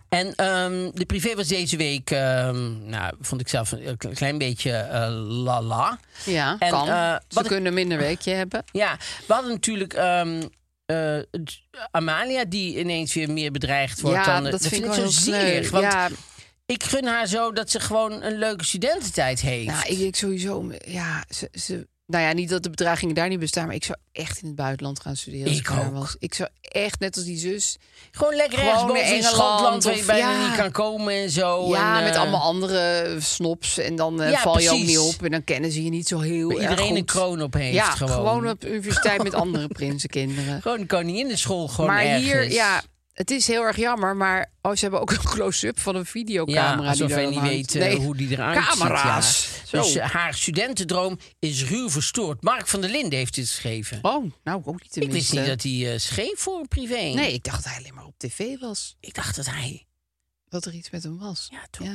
Speaker 1: En ehm, de privé was deze week, ehm, nou, vond ik zelf een kle- klein beetje eh, lala.
Speaker 4: ja
Speaker 1: En,
Speaker 4: kan.
Speaker 1: eh,
Speaker 4: Ze
Speaker 1: wat ik-
Speaker 4: kunnen een minder weekje hebben.
Speaker 1: Ja, we hadden natuurlijk ehm, eh, het- Amalia, die ineens weer meer bedreigd wordt.
Speaker 4: ja,
Speaker 1: dan, eh,
Speaker 4: dat vind ik
Speaker 1: zo
Speaker 4: wel heel
Speaker 1: zielig.
Speaker 4: sneu.
Speaker 1: Want
Speaker 4: ja,
Speaker 1: ik gun haar zo dat ze gewoon een leuke studententijd heeft.
Speaker 4: nou, ik denk sowieso... Ja, ze, ze Nou ja, niet dat de bedreigingen daar niet bestaan, maar ik zou echt in het buitenland gaan studeren. als
Speaker 1: Ik
Speaker 4: daar
Speaker 1: ook.
Speaker 4: was. Ik zou echt, net als die zus,
Speaker 1: Gewoon lekker
Speaker 4: Gewoon
Speaker 1: ergens boven
Speaker 4: naar
Speaker 1: in
Speaker 4: Engeland
Speaker 1: Schotland waar je
Speaker 4: of-
Speaker 1: bijna
Speaker 4: ja.
Speaker 1: niet kan komen en zo.
Speaker 4: ja,
Speaker 1: en,
Speaker 4: met
Speaker 1: eh,
Speaker 4: allemaal andere snops en dan eh,
Speaker 1: Ja,
Speaker 4: val je ook
Speaker 1: precies.
Speaker 4: niet op en dan kennen ze je niet zo heel
Speaker 1: waar
Speaker 4: erg
Speaker 1: iedereen een
Speaker 4: goed.
Speaker 1: kroon op heeft.
Speaker 4: ja,
Speaker 1: gewoon.
Speaker 4: op de universiteit met andere prinsenkinderen.
Speaker 1: Gewoon koningin de school gewoon
Speaker 4: Maar hier,
Speaker 1: ergens.
Speaker 4: ja, het is heel erg jammer. Maar oh, ze hebben ook een close-up van een videocamera.
Speaker 1: Ja, alsof
Speaker 4: die
Speaker 1: wij
Speaker 4: er
Speaker 1: niet
Speaker 4: hangt.
Speaker 1: weten
Speaker 4: Nee,
Speaker 1: hoe die eruit ziet,
Speaker 4: Camera's.
Speaker 1: ja. Dus
Speaker 4: Zo.
Speaker 1: eh, haar studentendroom is ruw verstoord. Mark van der Linden heeft dit geschreven.
Speaker 4: Oh, nou, ook niet
Speaker 1: ik wist
Speaker 4: tenminste.
Speaker 1: niet dat hij eh, schreef voor privé.
Speaker 4: Nee, ik dacht dat hij alleen maar op tv was.
Speaker 1: Ik dacht dat hij...
Speaker 4: Dat er iets met hem was.
Speaker 1: Ja, toch.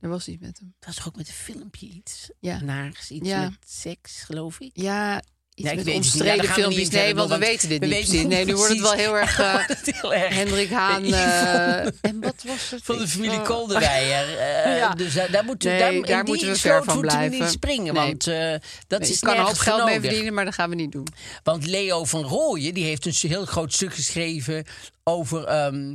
Speaker 4: er was iets met hem.
Speaker 1: Dat was toch ook met een filmpje iets
Speaker 4: Ja.
Speaker 1: naars. Iets
Speaker 4: Ja.
Speaker 1: met seks, geloof ik.
Speaker 4: Ja, iets
Speaker 1: Nee, ik
Speaker 4: met
Speaker 1: weet het niet. Ja,
Speaker 4: omstreden
Speaker 1: daar gaan we
Speaker 4: filmpjes.
Speaker 1: niet
Speaker 4: nee,
Speaker 1: verder
Speaker 4: want we
Speaker 1: door,
Speaker 4: weten dit
Speaker 1: we
Speaker 4: niet
Speaker 1: weten
Speaker 4: precies.
Speaker 1: niet
Speaker 4: Nee, nu wordt het wel
Speaker 1: precies. *laughs*
Speaker 4: heel erg
Speaker 1: Dan
Speaker 4: eh,
Speaker 1: wordt het heel erg
Speaker 4: Hendrik Haan.
Speaker 1: evil.
Speaker 4: eh, en wat was het?
Speaker 1: Van de
Speaker 4: Ik-
Speaker 1: familie
Speaker 4: eh,
Speaker 1: Kolderweijer.
Speaker 4: *laughs*
Speaker 1: Eh,
Speaker 4: Ja.
Speaker 1: Dus daar, daar moeten
Speaker 4: Nee,
Speaker 1: daar, in
Speaker 4: daar
Speaker 1: die
Speaker 4: moeten we
Speaker 1: sloot
Speaker 4: ver van
Speaker 1: moeten we
Speaker 4: blijven.
Speaker 1: niet springen,
Speaker 4: Nee.
Speaker 1: want eh, dat
Speaker 4: Nee,
Speaker 1: is
Speaker 4: ik kan er hoop
Speaker 1: nergens
Speaker 4: geld
Speaker 1: voor
Speaker 4: mee
Speaker 1: nodig.
Speaker 4: verdienen, maar dat gaan we niet doen.
Speaker 1: Want Leo van Rooyen die heeft een s- heel groot stuk geschreven over. ehm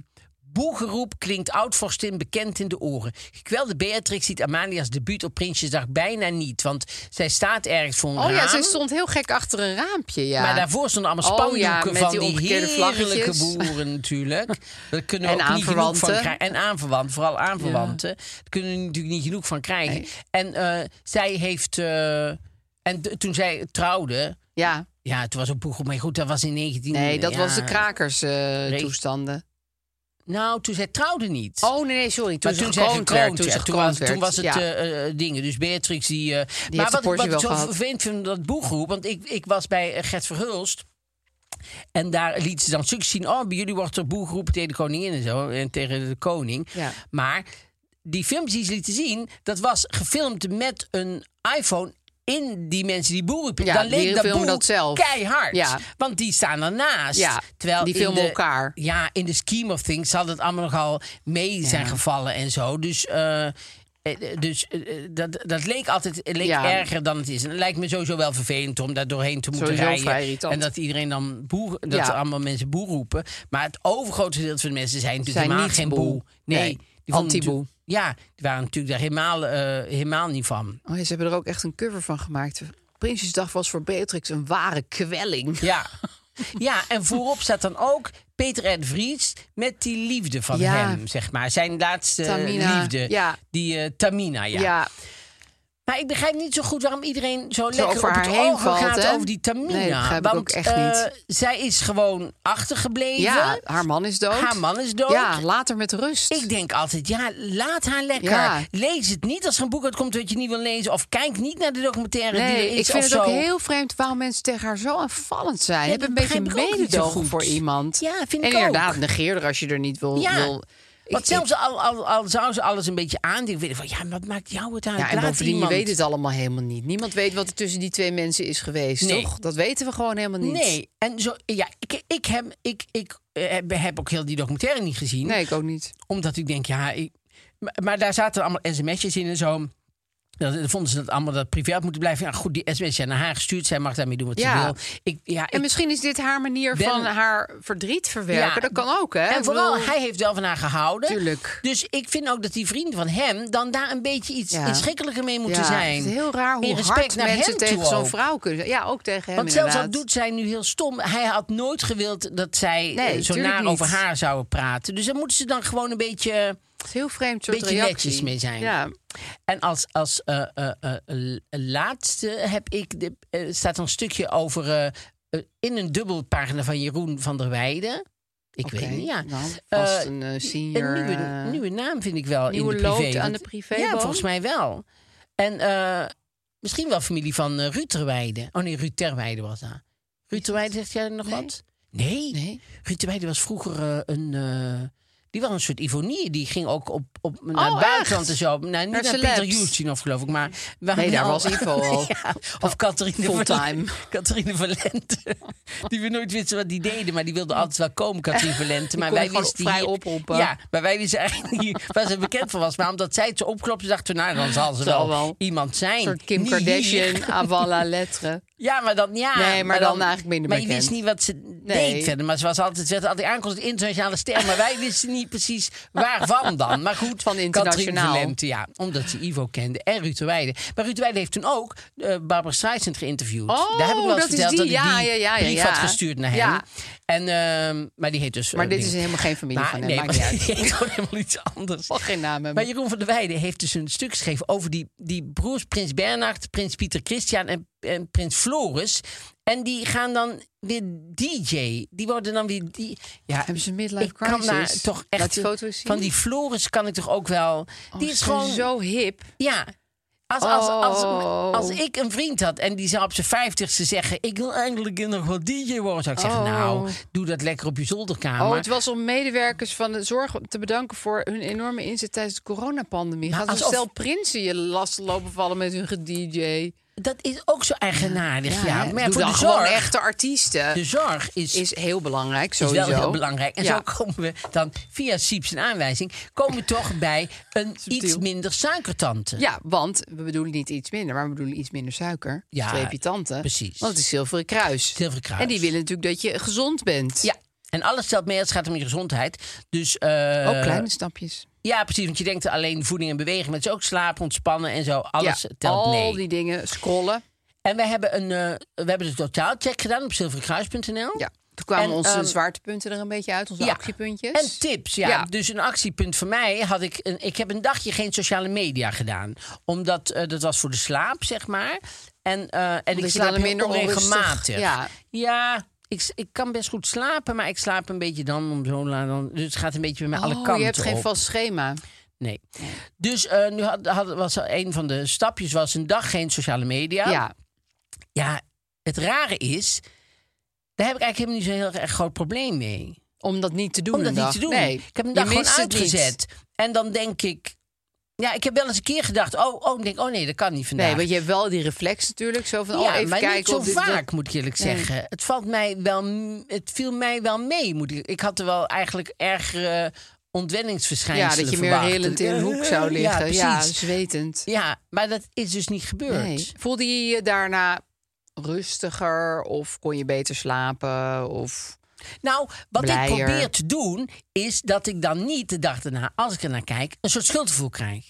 Speaker 1: Boegeroep klinkt oud-vorstin bekend in de oren. Gekwelde Beatrix ziet Amalia's debuut op Prinsjesdag bijna niet. Want zij staat ergens voor een
Speaker 4: Oh ja,
Speaker 1: raam.
Speaker 4: ze stond heel gek achter een raampje. Ja.
Speaker 1: Maar daarvoor stonden allemaal
Speaker 4: Oh ja,
Speaker 1: spandoeken
Speaker 4: met
Speaker 1: van
Speaker 4: die
Speaker 1: die,
Speaker 4: omgekeerde
Speaker 1: heerlijke
Speaker 4: vlaggetjes.
Speaker 1: boeren natuurlijk.
Speaker 4: *laughs*
Speaker 1: Daar kunnen we
Speaker 4: En
Speaker 1: ook niet genoeg van
Speaker 4: aanverwanten.
Speaker 1: krijgen. En aanverwanten, vooral aanverwanten. Daar kunnen we natuurlijk niet genoeg van krijgen.
Speaker 4: Nee.
Speaker 1: En eh, zij heeft... eh, en d- toen zij trouwde...
Speaker 4: Ja,
Speaker 1: Ja, toen was ook Boegel. Maar goed, dat was in 19...
Speaker 4: nee, dat
Speaker 1: ja.
Speaker 4: was de krakers eh,
Speaker 1: Re-
Speaker 4: toestanden.
Speaker 1: Nou, toen zij trouwde niet.
Speaker 4: Oh nee, nee sorry. Toen
Speaker 1: Maar
Speaker 4: ze
Speaker 1: toen, zij
Speaker 4: gekroond werd. Toen ze
Speaker 1: werd, toen,
Speaker 4: gekroond
Speaker 1: was,
Speaker 4: werd.
Speaker 1: toen was het
Speaker 4: ja.
Speaker 1: eh, eh, dingen. Dus Beatrix die... eh, maar
Speaker 4: heeft de
Speaker 1: wat, ik-
Speaker 4: Porsche
Speaker 1: wat ik
Speaker 4: wel
Speaker 1: zo
Speaker 4: gehad.
Speaker 1: vervelend vind van dat boegroep... want ik, ik was bij eh, Gert Verhulst... En daar liet ze dan stukjes zien. Oh, bij jullie wordt er boel geroepen tegen de koningin en zo. En tegen de koning.
Speaker 4: Ja.
Speaker 1: Maar die filmpjes die ze lieten zien... dat was gefilmd met een iPhone in die mensen die boel roepen.
Speaker 4: Ja,
Speaker 1: dan leek
Speaker 4: die
Speaker 1: dat
Speaker 4: filmen
Speaker 1: boel
Speaker 4: dat zelf.
Speaker 1: keihard.
Speaker 4: Ja.
Speaker 1: Want die staan ernaast.
Speaker 4: Ja,
Speaker 1: terwijl
Speaker 4: die
Speaker 1: in
Speaker 4: filmen
Speaker 1: de-
Speaker 4: elkaar.
Speaker 1: ja, in de scheme of things zal het allemaal nogal mee zijn gevallen en zo. Dus, eh, eh, dus eh, dat, dat leek altijd leek
Speaker 4: Ja.
Speaker 1: erger dan het is. En het lijkt me sowieso wel vervelend om daar doorheen te moeten
Speaker 4: Sowieso vrij
Speaker 1: rijden.
Speaker 4: irritant.
Speaker 1: En dat iedereen dan boer, dat
Speaker 4: Ja.
Speaker 1: er allemaal mensen boer roepen. Maar het overgrote deel van de mensen zijn natuurlijk
Speaker 4: Zijn
Speaker 1: helemaal
Speaker 4: niet
Speaker 1: geen
Speaker 4: boe.
Speaker 1: boe. Nee,
Speaker 4: Nee,
Speaker 1: die vonden
Speaker 4: anti-boe.
Speaker 1: natuurlijk- Ja, die waren natuurlijk daar helemaal, eh, helemaal niet van.
Speaker 4: Oh, ja, ze hebben er ook echt een cover van gemaakt. Prinsjesdag was voor Beatrix een ware kwelling.
Speaker 1: Ja. Ja, en voorop staat dan ook Peter R. de Vries met die liefde van
Speaker 4: Ja.
Speaker 1: hem, zeg maar. Zijn laatste
Speaker 4: Tamina,
Speaker 1: liefde.
Speaker 4: ja.
Speaker 1: Die eh, Tamina, ja.
Speaker 4: Ja,
Speaker 1: Maar ik begrijp niet zo goed waarom iedereen zo, lekker
Speaker 4: over
Speaker 1: op
Speaker 4: haar
Speaker 1: het
Speaker 4: heen
Speaker 1: oog
Speaker 4: valt,
Speaker 1: gaat
Speaker 4: hè?
Speaker 1: over die Tamina.
Speaker 4: Nee, dat begrijp ik
Speaker 1: Want,
Speaker 4: ook echt niet.
Speaker 1: eh, zij is gewoon achtergebleven.
Speaker 4: ja, haar man is dood.
Speaker 1: Haar man is dood.
Speaker 4: Ja, later met rust.
Speaker 1: Ik denk altijd, ja, laat haar lekker.
Speaker 4: Ja.
Speaker 1: Lees het niet als er een boek uitkomt dat je niet wil lezen. Of kijk niet naar de documentaire die
Speaker 4: Nee,
Speaker 1: er is
Speaker 4: ik vind
Speaker 1: of
Speaker 4: het ook
Speaker 1: zo.
Speaker 4: heel vreemd waarom mensen tegen haar zo aanvallend zijn.
Speaker 1: Ja,
Speaker 4: Heb een
Speaker 1: dat
Speaker 4: beetje
Speaker 1: begrijp ik ook niet zo
Speaker 4: mededogen
Speaker 1: goed.
Speaker 4: voor iemand.
Speaker 1: Ja, vind
Speaker 4: en
Speaker 1: ik ook.
Speaker 4: inderdaad, negeer er als je er niet wil.
Speaker 1: Ja.
Speaker 4: wil
Speaker 1: Want
Speaker 4: Ik-
Speaker 1: zelfs al, al, al zou ze alles een beetje aandienen, weet ik van, ja, wat maakt jou het uit?
Speaker 4: Ja, en
Speaker 1: Laat
Speaker 4: bovendien,
Speaker 1: iemand.
Speaker 4: je weet het allemaal helemaal niet. Niemand weet wat er tussen die twee mensen is geweest,
Speaker 1: Nee.
Speaker 4: toch? Dat weten we gewoon helemaal niet.
Speaker 1: Nee, en zo, ja, ik, ik, heb, ik, ik eh, heb, heb ook heel die documentaire niet gezien.
Speaker 4: Nee, ik ook niet.
Speaker 1: Omdat ik denk, ja, ik, maar, maar daar zaten allemaal sms'jes in en zo. Dat, dat vonden ze dat allemaal dat privé had moeten blijven. Ja, goed, die sms'jes zijn naar haar gestuurd. Zij mag daarmee doen wat
Speaker 4: Ja.
Speaker 1: ze wil. Ik, ja,
Speaker 4: En
Speaker 1: ik-
Speaker 4: misschien is dit haar manier
Speaker 1: Ben-
Speaker 4: van haar verdriet verwerken.
Speaker 1: Ja.
Speaker 4: Dat kan ook, hè?
Speaker 1: en
Speaker 4: Ik
Speaker 1: vooral,
Speaker 4: bedoel,
Speaker 1: hij heeft wel van haar gehouden.
Speaker 4: Tuurlijk.
Speaker 1: Dus ik vind ook dat die vriend van hem dan daar een beetje iets
Speaker 4: Ja.
Speaker 1: inschikkelijker mee moeten
Speaker 4: ja,
Speaker 1: zijn.
Speaker 4: Het is heel raar
Speaker 1: Meer
Speaker 4: hoe
Speaker 1: respect
Speaker 4: hard
Speaker 1: naar
Speaker 4: mensen
Speaker 1: hem
Speaker 4: tegen
Speaker 1: toe
Speaker 4: zo'n
Speaker 1: ook.
Speaker 4: vrouw kunnen zijn. Ja, ook tegen hem
Speaker 1: Want zelfs al
Speaker 4: inderdaad.
Speaker 1: doet zij nu heel stom. Hij had nooit gewild dat zij
Speaker 4: Nee,
Speaker 1: eh, zo
Speaker 4: tuurlijk
Speaker 1: naar
Speaker 4: niet.
Speaker 1: over haar zouden praten. Dus daar moeten ze dan gewoon een beetje...
Speaker 4: Het is een heel vreemd soort
Speaker 1: Beetje
Speaker 4: reactie.
Speaker 1: netjes mee zijn.
Speaker 4: Ja,
Speaker 1: En als, als eh, eh, eh, eh, laatste heb ik de, eh, staat een stukje over eh, eh, in een dubbelpagina van Jeroen van der Weijden. Ik
Speaker 4: oké.
Speaker 1: weet niet, ja.
Speaker 4: Nou, vast
Speaker 1: Eh,
Speaker 4: een eh, senior...
Speaker 1: Een
Speaker 4: eh,
Speaker 1: nieuwe, nieuwe naam vind ik wel
Speaker 4: nieuwe
Speaker 1: in de privé.
Speaker 4: lood aan
Speaker 1: want-
Speaker 4: de privéboom?
Speaker 1: Ja, volgens mij wel. En eh, misschien wel familie van eh Ruud Terweijden. Oh nee, Ruud Terweijden was dat. Ruud Terweijden, zegt jij nog
Speaker 4: Nee.
Speaker 1: wat? Nee.
Speaker 4: Nee.
Speaker 1: Ruud Terweijden was vroeger eh, een... eh, die was een soort ivonie. Die ging ook op, op, naar
Speaker 4: Oh,
Speaker 1: het buitenland
Speaker 4: echt?
Speaker 1: en zo. Nou, niet
Speaker 4: Naar
Speaker 1: naar, Peter
Speaker 4: celebs.
Speaker 1: Justinov, geloof ik. Maar waar
Speaker 4: Nee, daar
Speaker 1: wel-
Speaker 4: was
Speaker 1: *laughs*
Speaker 4: Ivo al.
Speaker 1: Ja, of Catherine
Speaker 4: Fulltime.
Speaker 1: Val- Catherine Valente. *laughs* die we nooit wisten wat die deden. Maar die wilde altijd wel komen, Catherine Valente. Maar
Speaker 4: kon
Speaker 1: wij
Speaker 4: gewoon
Speaker 1: wisten
Speaker 4: vrij
Speaker 1: hier-
Speaker 4: oproepen.
Speaker 1: Ja, maar wij wisten eigenlijk niet *laughs* waar ze bekend van was. Maar omdat zij het zo opklopte, dachten we... Nou, dan zal ze
Speaker 4: Zal
Speaker 1: wel,
Speaker 4: wel.
Speaker 1: iemand zijn.
Speaker 4: Een soort Kim
Speaker 1: Niet
Speaker 4: Kardashian,
Speaker 1: hier.
Speaker 4: Avala
Speaker 1: *laughs*
Speaker 4: Lettre.
Speaker 1: Ja, maar dan ja.
Speaker 4: Nee, maar dan eigenlijk minder
Speaker 1: Maar je
Speaker 4: bekend.
Speaker 1: wist niet wat ze
Speaker 4: Nee.
Speaker 1: deed verder. Maar ze was altijd, ze werd altijd aankomst internationale ster. Maar wij wisten niet precies waarvan dan. Maar goed,
Speaker 4: Van internationaal.
Speaker 1: Katrien Valente, ja. Omdat ze Ivo kende. En Ruud de Weijden. Maar Ruud de Weijden heeft toen ook eh, Barbara Streisand geïnterviewd.
Speaker 4: Oh,
Speaker 1: Daar heb ik wel eens
Speaker 4: dat is
Speaker 1: verteld
Speaker 4: die.
Speaker 1: dat ik
Speaker 4: Ja,
Speaker 1: die
Speaker 4: ja, ja, ja,
Speaker 1: brief
Speaker 4: ja.
Speaker 1: had gestuurd naar hem.
Speaker 4: Ja.
Speaker 1: En, ehm, maar die heet dus... eh,
Speaker 4: Maar dit
Speaker 1: ding.
Speaker 4: is helemaal geen familie
Speaker 1: Maar-
Speaker 4: van hem.
Speaker 1: *laughs* nee,
Speaker 4: maakt
Speaker 1: maar
Speaker 4: niet
Speaker 1: die
Speaker 4: uit.
Speaker 1: heet gewoon helemaal iets anders.
Speaker 4: Mag geen naam hebben.
Speaker 1: Maar Jeroen van der Weijden heeft dus een stuk geschreven over die, die broers Prins Bernhard, Prins Pieter Christian en, en Prins Floris. En die gaan dan weer DJ. Die worden dan weer... Die, ja,
Speaker 4: Hebben ze een midlife
Speaker 1: ik kan
Speaker 4: crisis?
Speaker 1: daar toch echt...
Speaker 4: Laat die foto's zien. Oh,
Speaker 1: Van die Floris kan ik toch ook wel... die is
Speaker 4: Ze zijn
Speaker 1: gewoon...
Speaker 4: zo hip.
Speaker 1: Ja. Als, als, als,
Speaker 4: Oh.
Speaker 1: als ik een vriend had en die zou op zijn vijftigste zeggen... ik wil eindelijk nog wel DJ worden, zou ik zeggen...
Speaker 4: Oh.
Speaker 1: nou, doe dat lekker op je zolderkamer.
Speaker 4: Oh, het was om medewerkers van de zorg te bedanken voor hun enorme inzet tijdens de coronapandemie. Gaat
Speaker 1: Nou, alsof-
Speaker 4: een stel prinsen je last lopen vallen met hun gedj.
Speaker 1: Dat is ook zo eigenaardig, ja.
Speaker 4: hè?
Speaker 1: Maar ja,
Speaker 4: Doe
Speaker 1: voor
Speaker 4: dan
Speaker 1: de
Speaker 4: gewoon
Speaker 1: zorg...
Speaker 4: echte artiesten
Speaker 1: De zorg is, is,
Speaker 4: is heel belangrijk sowieso.
Speaker 1: wel heel belangrijk. En
Speaker 4: Ja.
Speaker 1: zo komen we dan via Sieps en aanwijzing... komen we toch bij een iets minder suikertante.
Speaker 4: Ja, want we bedoelen niet iets minder, maar we bedoelen iets minder suiker.
Speaker 1: Ja,
Speaker 4: Twee pitanten.
Speaker 1: precies.
Speaker 4: Want het is zilveren kruis.
Speaker 1: Zilveren Kruis.
Speaker 4: En die willen natuurlijk dat je gezond bent.
Speaker 1: Ja. En alles stelt mee als het gaat om je gezondheid. Dus, eh,
Speaker 4: Ook kleine stapjes.
Speaker 1: Ja, precies. Want je denkt alleen voeding en beweging. Maar het is ook slapen, ontspannen en zo. Alles
Speaker 4: ja,
Speaker 1: telt
Speaker 4: al
Speaker 1: mee.
Speaker 4: die dingen scrollen.
Speaker 1: En we hebben, een, eh, we hebben de totaalcheck gedaan op zilverenkruis.nl.
Speaker 4: Ja. Toen kwamen
Speaker 1: En,
Speaker 4: onze
Speaker 1: ehm,
Speaker 4: zwaartepunten er een beetje uit, onze actiepuntjes.
Speaker 1: En tips, ja.
Speaker 4: Ja.
Speaker 1: Dus een actiepunt van mij had ik... Een, ik heb een dagje geen sociale media gedaan. Omdat eh, dat was voor de slaap, zeg maar. En, eh, en
Speaker 4: Omdat
Speaker 1: ik
Speaker 4: je dan
Speaker 1: slaap heel
Speaker 4: minder onrustig-
Speaker 1: onregelmatig.
Speaker 4: ja.
Speaker 1: Ja, ik, s- ik kan best goed slapen, maar ik slaap een beetje dan om zo laat. Dan, dus het gaat een beetje bij mij alle
Speaker 4: oh,
Speaker 1: kanten
Speaker 4: je hebt geen
Speaker 1: op.
Speaker 4: vast schema.
Speaker 1: Nee. Dus eh, nu had, had, was er een van de stapjes was een dag geen sociale media.
Speaker 4: Ja.
Speaker 1: Ja, het rare is, daar heb ik eigenlijk helemaal niet zo'n heel erg groot probleem mee.
Speaker 4: Om dat niet te doen.
Speaker 1: Om dat
Speaker 4: een
Speaker 1: niet
Speaker 4: dag.
Speaker 1: te doen.
Speaker 4: Nee.
Speaker 1: Ik heb hem
Speaker 4: Je
Speaker 1: dag gewoon
Speaker 4: mist het niet.
Speaker 1: uitgezet. En dan denk ik, ja, ik heb wel eens een keer gedacht, oh, oh, ik denk, oh nee, dat kan niet vandaag.
Speaker 4: Nee, want je hebt wel die reflex natuurlijk. Zo van, oh,
Speaker 1: ja,
Speaker 4: even
Speaker 1: maar
Speaker 4: kijken.
Speaker 1: niet zo
Speaker 4: of dit- dat-
Speaker 1: vaak, moet ik eerlijk
Speaker 4: Nee.
Speaker 1: zeggen. Het, valt mij wel, m- het viel mij wel mee. Moet ik, ik had er wel eigenlijk ergere
Speaker 4: Ja,
Speaker 1: ontwenningsverschijnselen
Speaker 4: dat je meer
Speaker 1: verwacht.
Speaker 4: helend in een hoek zou
Speaker 1: Ja,
Speaker 4: liggen.
Speaker 1: precies.
Speaker 4: Ja, zwetend.
Speaker 1: Ja, maar dat is dus niet gebeurd.
Speaker 4: Nee. Voelde je je daarna rustiger of kon je beter slapen? Of...
Speaker 1: Nou, wat
Speaker 4: Blijer.
Speaker 1: ik probeer te doen, is dat ik dan niet de dag daarna, als ik ernaar kijk, een soort schuldgevoel krijg.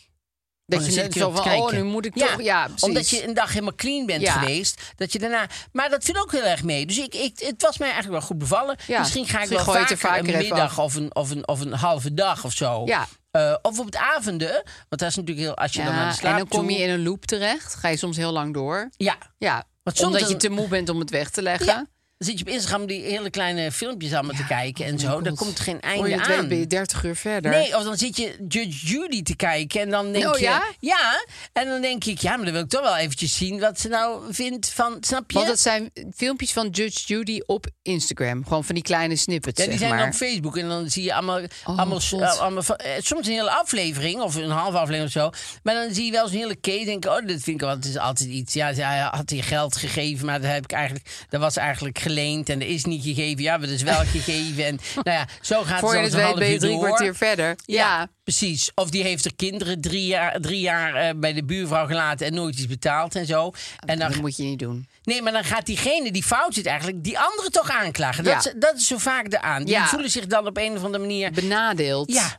Speaker 4: Dat
Speaker 1: Oh,
Speaker 4: je
Speaker 1: dan zit
Speaker 4: net
Speaker 1: ik
Speaker 4: zo
Speaker 1: erop te
Speaker 4: van, oh,
Speaker 1: kijken.
Speaker 4: nu moet ik toch... Ja, precies.
Speaker 1: omdat je een dag helemaal clean bent
Speaker 4: Ja.
Speaker 1: geweest. Dat je daarna, maar dat viel ook heel erg mee. Dus ik, ik, het was mij eigenlijk wel goed bevallen.
Speaker 4: Ja.
Speaker 1: Misschien ga ik
Speaker 4: Misschien
Speaker 1: wel
Speaker 4: gooi je het
Speaker 1: vaker,
Speaker 4: er vaker
Speaker 1: een
Speaker 4: even
Speaker 1: middag
Speaker 4: af.
Speaker 1: of een, of, een, of een halve dag of zo.
Speaker 4: Ja.
Speaker 1: Eh, of op het avonden. Want dat is natuurlijk heel... Als je dan
Speaker 4: Ja,
Speaker 1: aan de slaap
Speaker 4: en dan kom
Speaker 1: toe-
Speaker 4: je in een loop terecht. Ga je soms heel lang door.
Speaker 1: Ja.
Speaker 4: Ja,
Speaker 1: Want soms
Speaker 4: omdat
Speaker 1: dan-
Speaker 4: je te moe bent om het weg te leggen.
Speaker 1: ja. Dan zit je op Instagram die hele kleine filmpjes allemaal te kijken en zo. Daar komt geen einde
Speaker 4: oh Voor je het
Speaker 1: aan.
Speaker 4: weet ben je 30 uur verder.
Speaker 1: Nee, of dan zit je Judge Judy te kijken en dan denk
Speaker 4: Oh,
Speaker 1: je...
Speaker 4: ja?
Speaker 1: Ja, en dan denk ik, ja, maar dan wil ik toch wel eventjes zien wat ze nou vindt van... Snap je?
Speaker 4: Want dat zijn filmpjes van Judge Judy op Instagram. Gewoon van die kleine snippets,
Speaker 1: ja, die
Speaker 4: zeg
Speaker 1: zijn dan
Speaker 4: maar. Oh,
Speaker 1: op Facebook en dan zie je allemaal... allemaal,
Speaker 4: God.
Speaker 1: eh, allemaal van- eh, soms een hele aflevering of een halve aflevering of zo. Maar dan zie je wel zo'n hele keten en denk ik, oh, dat vind ik wel, het is altijd iets. Ja, hij had hier geld gegeven, maar dat, heb ik eigenlijk, dat was eigenlijk geleend en dat is niet gegeven. Ja, maar dat is wel *laughs* gegeven. En nou ja, zo gaat
Speaker 4: Voor je
Speaker 1: het
Speaker 4: het
Speaker 1: dan zo'n
Speaker 4: weet ben je
Speaker 1: half uur
Speaker 4: drie
Speaker 1: door.
Speaker 4: kwartier verder.
Speaker 1: Ja,
Speaker 4: Ja.
Speaker 1: precies. Of die heeft er kinderen drie jaar, drie jaar eh, bij de buurvrouw gelaten en nooit iets betaald en zo. En dan,
Speaker 4: Dat moet je niet doen.
Speaker 1: nee, maar dan gaat diegene die fout zit eigenlijk, die anderen toch aanklagen. Dat,
Speaker 4: Ja.
Speaker 1: is, dat is zo vaak de aan. Die
Speaker 4: Ja.
Speaker 1: voelen zich dan op een of andere manier...
Speaker 4: Benadeeld.
Speaker 1: Ja,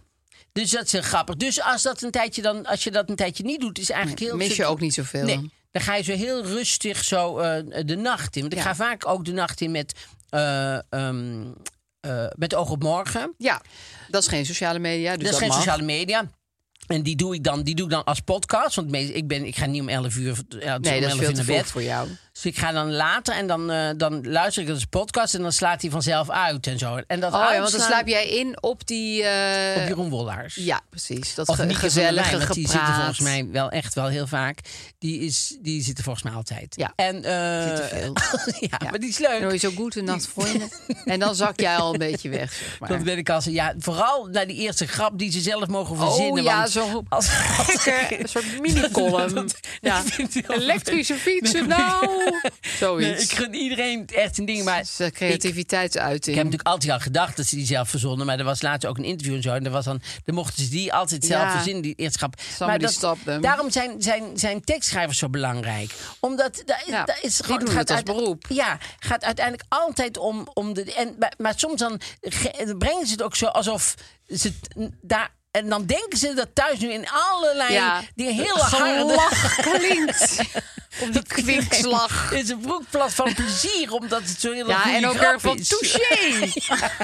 Speaker 1: dus dat is heel grappig. Dus als, dat een tijdje dan, als je dat een tijdje niet doet, is eigenlijk heel...
Speaker 4: Mis je ook niet zoveel.
Speaker 1: Nee, dan ga je zo heel rustig zo eh, de nacht in. Want ik
Speaker 4: Ja.
Speaker 1: ga vaak ook de nacht in met, eh, ehm, eh, met oog op morgen.
Speaker 4: Ja, dat is geen sociale media.
Speaker 1: dat
Speaker 4: Dus
Speaker 1: is
Speaker 4: dat
Speaker 1: geen
Speaker 4: mag.
Speaker 1: sociale media. En die doe ik dan, die doe ik dan als podcast. Want meest- ik, ben, ik ga niet om 11 uur, of- eh, om
Speaker 4: Nee, dat
Speaker 1: 11 uur
Speaker 4: is veel te
Speaker 1: naar
Speaker 4: vroeg
Speaker 1: bed.
Speaker 4: voor jou.
Speaker 1: Dus ik ga dan later en dan, eh, dan luister ik als podcast. En dan slaat hij vanzelf uit en zo. En dat
Speaker 4: Oh ja, want dan
Speaker 1: uitslaan
Speaker 4: slaap jij in op die... eh,
Speaker 1: op Jeroen Wollaars.
Speaker 4: Ja, precies. Dat
Speaker 1: Of
Speaker 4: ge-
Speaker 1: Mieke van der
Speaker 4: gezellige
Speaker 1: Wij, want
Speaker 4: gepraat.
Speaker 1: Die zitten volgens mij wel echt wel heel vaak. Die, is, die zitten volgens mij altijd.
Speaker 4: Ja.
Speaker 1: En, eh,
Speaker 4: Zit te veel.
Speaker 1: *laughs* ja,
Speaker 4: Ja.
Speaker 1: maar die is leuk.
Speaker 4: En dan is zo goed een nacht vrienden.
Speaker 1: *laughs*
Speaker 4: En dan zak jij al een beetje weg, zeg maar.
Speaker 1: Dat weet ik als ja, vooral naar die eerste grap die ze zelf mogen verzinnen.
Speaker 4: oh ja,
Speaker 1: want
Speaker 4: zo
Speaker 1: als, *laughs* als-
Speaker 4: lekker. Een soort
Speaker 1: *laughs*
Speaker 4: mini-column.
Speaker 1: Dat-
Speaker 4: Ja.
Speaker 1: ik vind het heel
Speaker 4: Elektrische fietsen,
Speaker 1: Nee,
Speaker 4: nou. Zoiets.
Speaker 1: Nee, ik gun iedereen echt zijn dingen. Maar
Speaker 4: Dus, eh,
Speaker 1: ik-
Speaker 4: creativiteitsuiting.
Speaker 1: Ik heb natuurlijk altijd al gedacht dat ze die zelf verzonnen. Maar er was laatst ook een interview en zo. En er was dan, dan mochten ze die altijd zelf
Speaker 4: Ja.
Speaker 1: verzinnen, die eerschap. dus
Speaker 4: Somebody stop them.
Speaker 1: Daarom zijn, zijn, zijn tekstschrijvers zo belangrijk. Omdat daar,
Speaker 4: Ja,
Speaker 1: daar is
Speaker 4: die
Speaker 1: gewoon,
Speaker 4: doen het als
Speaker 1: uite-
Speaker 4: beroep.
Speaker 1: Ja, gaat uiteindelijk altijd om, om de... En, maar, maar soms dan ge- dan brengen ze het ook zo alsof ze het n- daar... En dan denken ze dat thuis nu in allerlei
Speaker 4: Ja.
Speaker 1: die hele harde...
Speaker 4: gelach klinkt.
Speaker 1: *laughs*
Speaker 4: Op die kwinkslag.
Speaker 1: Het is een broekplas van plezier, omdat het zo heel
Speaker 4: Ja,
Speaker 1: goede
Speaker 4: en ook
Speaker 1: grap
Speaker 4: weer van
Speaker 1: is. *laughs*
Speaker 4: touché.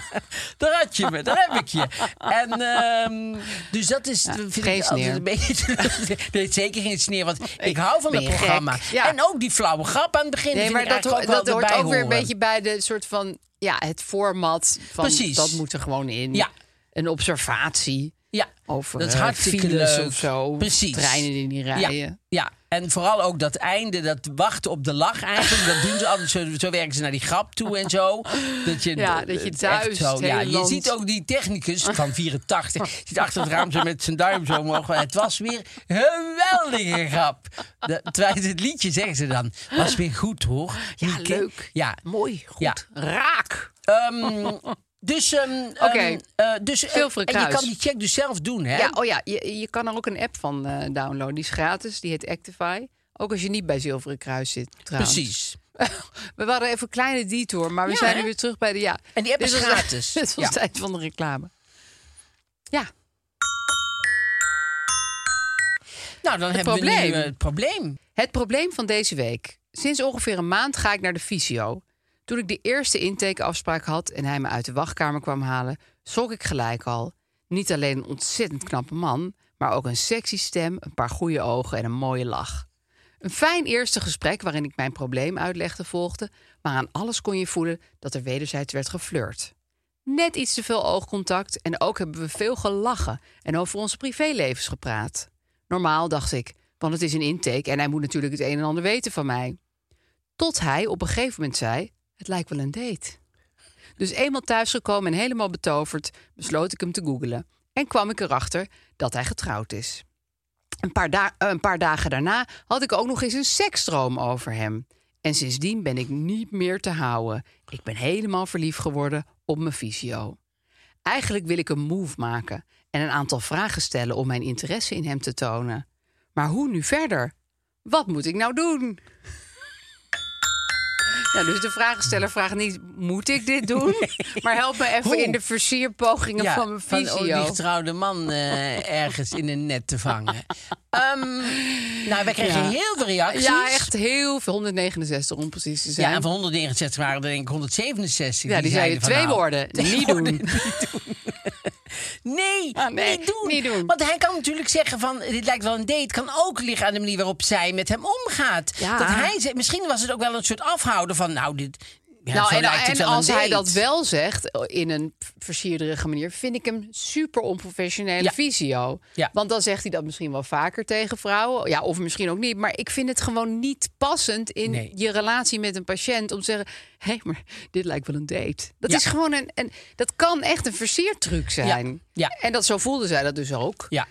Speaker 1: Daar had je me, daar heb ik je.
Speaker 4: *laughs*
Speaker 1: En, ehm, dus dat is. vind
Speaker 4: geen
Speaker 1: ik altijd
Speaker 4: sneer.
Speaker 1: Een beetje, *laughs* nee, het is zeker geen sneer, want ik hou van
Speaker 4: ben
Speaker 1: dat
Speaker 4: je gek?
Speaker 1: programma.
Speaker 4: Ja.
Speaker 1: En ook die flauwe grap aan het begin.
Speaker 4: Nee,
Speaker 1: vind
Speaker 4: maar
Speaker 1: ik
Speaker 4: dat, ho-
Speaker 1: eigenlijk wel
Speaker 4: dat hoort
Speaker 1: erbij
Speaker 4: ook weer een
Speaker 1: horen.
Speaker 4: beetje bij de soort van... Ja, het format van
Speaker 1: Precies.
Speaker 4: dat moet er gewoon in.
Speaker 1: Ja.
Speaker 4: Een observatie
Speaker 1: Ja,
Speaker 4: over
Speaker 1: dat is
Speaker 4: eh,
Speaker 1: hartstikke
Speaker 4: files
Speaker 1: leuk.
Speaker 4: of zo.
Speaker 1: Precies.
Speaker 4: Treinen die niet
Speaker 1: Ja,
Speaker 4: rijden.
Speaker 1: ja, en vooral ook dat einde, dat wachten op de lach eigenlijk. Dat doen ze altijd, zo, zo werken ze naar die grap toe en zo. Dat je,
Speaker 4: Ja, dat je
Speaker 1: echt
Speaker 4: thuis het hele
Speaker 1: ja, je
Speaker 4: land-
Speaker 1: ziet ook die technicus van 84. Zit achter het raam zo met zijn duim zo omhoog. Het was weer een geweldige grap. De- terwijl ze het liedje zeggen ze dan. Was weer goed hoor.
Speaker 4: Ja,
Speaker 1: Mieke.
Speaker 4: leuk.
Speaker 1: Ja,
Speaker 4: Mooi, goed.
Speaker 1: Ja.
Speaker 4: Raak.
Speaker 1: ehm, dus... ehm, ehm,
Speaker 4: Oké.
Speaker 1: eh, dus eh,
Speaker 4: Zilveren
Speaker 1: en je
Speaker 4: Kruis.
Speaker 1: kan die check dus zelf doen, hè?
Speaker 4: Ja, oh ja, je, je kan er ook een app van eh, downloaden. Die is gratis, die heet Actify. Ook als je niet bij Zilveren Kruis zit, trouwens.
Speaker 1: Precies.
Speaker 4: We waren even een kleine detour, maar we
Speaker 1: Ja,
Speaker 4: zijn
Speaker 1: hè?
Speaker 4: nu weer terug bij de... Ja.
Speaker 1: En die app
Speaker 4: Dit
Speaker 1: is
Speaker 4: was-
Speaker 1: gratis.
Speaker 4: *laughs* Dit was
Speaker 1: Ja.
Speaker 4: tijd van de reclame. Ja,
Speaker 1: Nou, dan hebben we
Speaker 4: probleem.
Speaker 1: nu eh, het probleem.
Speaker 4: het probleem van deze week. Sinds ongeveer een maand ga ik naar de fysio. Toen ik de eerste intakeafspraak had en hij me uit de wachtkamer kwam halen... schrok ik gelijk al. Niet alleen een ontzettend knappe man... maar ook een sexy stem, een paar goede ogen en een mooie lach. Een fijn eerste gesprek waarin ik mijn probleem uitlegde volgde... maar aan alles kon je voelen dat er wederzijds werd geflirt. Net iets te veel oogcontact en ook hebben we veel gelachen... en over onze privélevens gepraat. Normaal dacht ik, want het is een intake... en hij moet natuurlijk het een en ander weten van mij. Tot hij op een gegeven moment zei, het lijkt wel een date. Dus eenmaal thuisgekomen en helemaal betoverd... besloot ik hem te googlen en kwam ik erachter dat hij getrouwd is. Een paar, da- eh, een paar dagen daarna had ik ook nog eens een seksdroom over hem. En sindsdien ben ik niet meer te houden. Ik ben helemaal verliefd geworden op mijn visio. Eigenlijk wil ik een move maken en een aantal vragen stellen om mijn interesse in hem te tonen. Maar hoe nu verder? Wat moet ik nou doen? *laughs* Nou, dus de vragensteller vraagt niet: moet ik dit doen? Maar help me even
Speaker 1: Hoe?
Speaker 4: in de versierpogingen van mijn
Speaker 1: van
Speaker 4: visio.
Speaker 1: oh, die getrouwde man eh, ergens in een net te
Speaker 4: *laughs*
Speaker 1: vangen. Ehm, nou, wij kregen
Speaker 4: Ja.
Speaker 1: heel veel reacties.
Speaker 4: Ja, echt heel veel. 169 om precies te zijn.
Speaker 1: Ja, en van 169 waren er denk ik 167.
Speaker 4: Ja, die zeiden
Speaker 1: van,
Speaker 4: twee
Speaker 1: nou, *laughs*
Speaker 4: woorden.
Speaker 1: twee
Speaker 4: Niet
Speaker 1: woorden
Speaker 4: doen.
Speaker 1: Nee,
Speaker 4: Ah, nee,
Speaker 1: niet, doen.
Speaker 4: niet doen.
Speaker 1: Want hij kan natuurlijk zeggen van, dit lijkt wel een date. Kan ook liggen aan de manier waarop zij met hem omgaat.
Speaker 4: Ja.
Speaker 1: Dat hij, ze- misschien was het ook wel een soort afhouden van, nou, dit... Ja,
Speaker 4: nou,
Speaker 1: zo
Speaker 4: en,
Speaker 1: lijkt het
Speaker 4: en
Speaker 1: wel een
Speaker 4: als hij
Speaker 1: date.
Speaker 4: dat wel zegt, in een versierderige manier, vind ik hem super onprofessionele
Speaker 1: Ja.
Speaker 4: visio.
Speaker 1: Ja.
Speaker 4: Want dan zegt hij dat misschien wel vaker tegen vrouwen. Ja, of misschien ook niet. Maar ik vind het gewoon niet passend in
Speaker 1: Nee.
Speaker 4: je relatie met een patiënt om te zeggen: hé, hey, maar dit lijkt wel een date. Dat
Speaker 1: Ja.
Speaker 4: is gewoon een, een. Dat kan echt een versiertruc zijn.
Speaker 1: Ja.
Speaker 4: En dat zo voelde zij dat dus ook.
Speaker 1: Ja,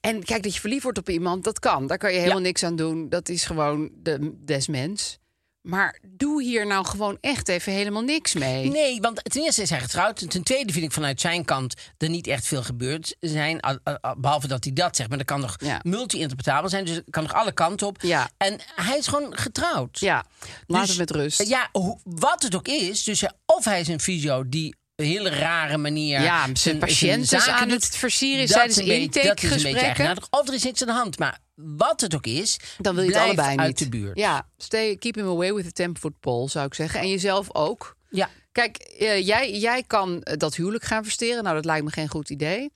Speaker 4: En kijk, dat je verliefd wordt op iemand, dat kan. Daar kan je helemaal
Speaker 1: Ja.
Speaker 4: niks aan doen. Dat is gewoon de, des mens. Maar doe hier nou gewoon echt even helemaal niks mee.
Speaker 1: Nee, want ten eerste is hij getrouwd. Ten tweede vind ik vanuit zijn kant er niet echt veel gebeurd zijn. al- al- al- Behalve dat hij dat zegt. Maar dat kan nog
Speaker 4: Ja.
Speaker 1: multi-interpretabel zijn. Dus het kan nog alle kanten op.
Speaker 4: Ja.
Speaker 1: En hij is gewoon getrouwd.
Speaker 4: Ja, laat
Speaker 1: Dus,
Speaker 4: het met rust.
Speaker 1: Ja, hoe- wat het ook is. Dus ja, of hij is een fysio die een hele rare manier...
Speaker 4: Ja, zijn patiënt is
Speaker 1: zaken
Speaker 4: aan
Speaker 1: doet.
Speaker 4: het versieren
Speaker 1: Dat
Speaker 4: tijdens
Speaker 1: een beetje- Dat is een beetje
Speaker 4: intakegesprekken.
Speaker 1: eigenaardig. Of er is niks aan de hand. Maar wat het ook is,
Speaker 4: dan wil je het
Speaker 1: blijf
Speaker 4: allebei
Speaker 1: uit
Speaker 4: niet.
Speaker 1: de buurt.
Speaker 4: Ja, stay, keep him away with the 10 foot pole, zou ik zeggen. En jezelf ook.
Speaker 1: ja.
Speaker 4: Kijk, eh, jij, jij kan eh, dat huwelijk gaan versteren. Nou, dat lijkt me geen goed idee.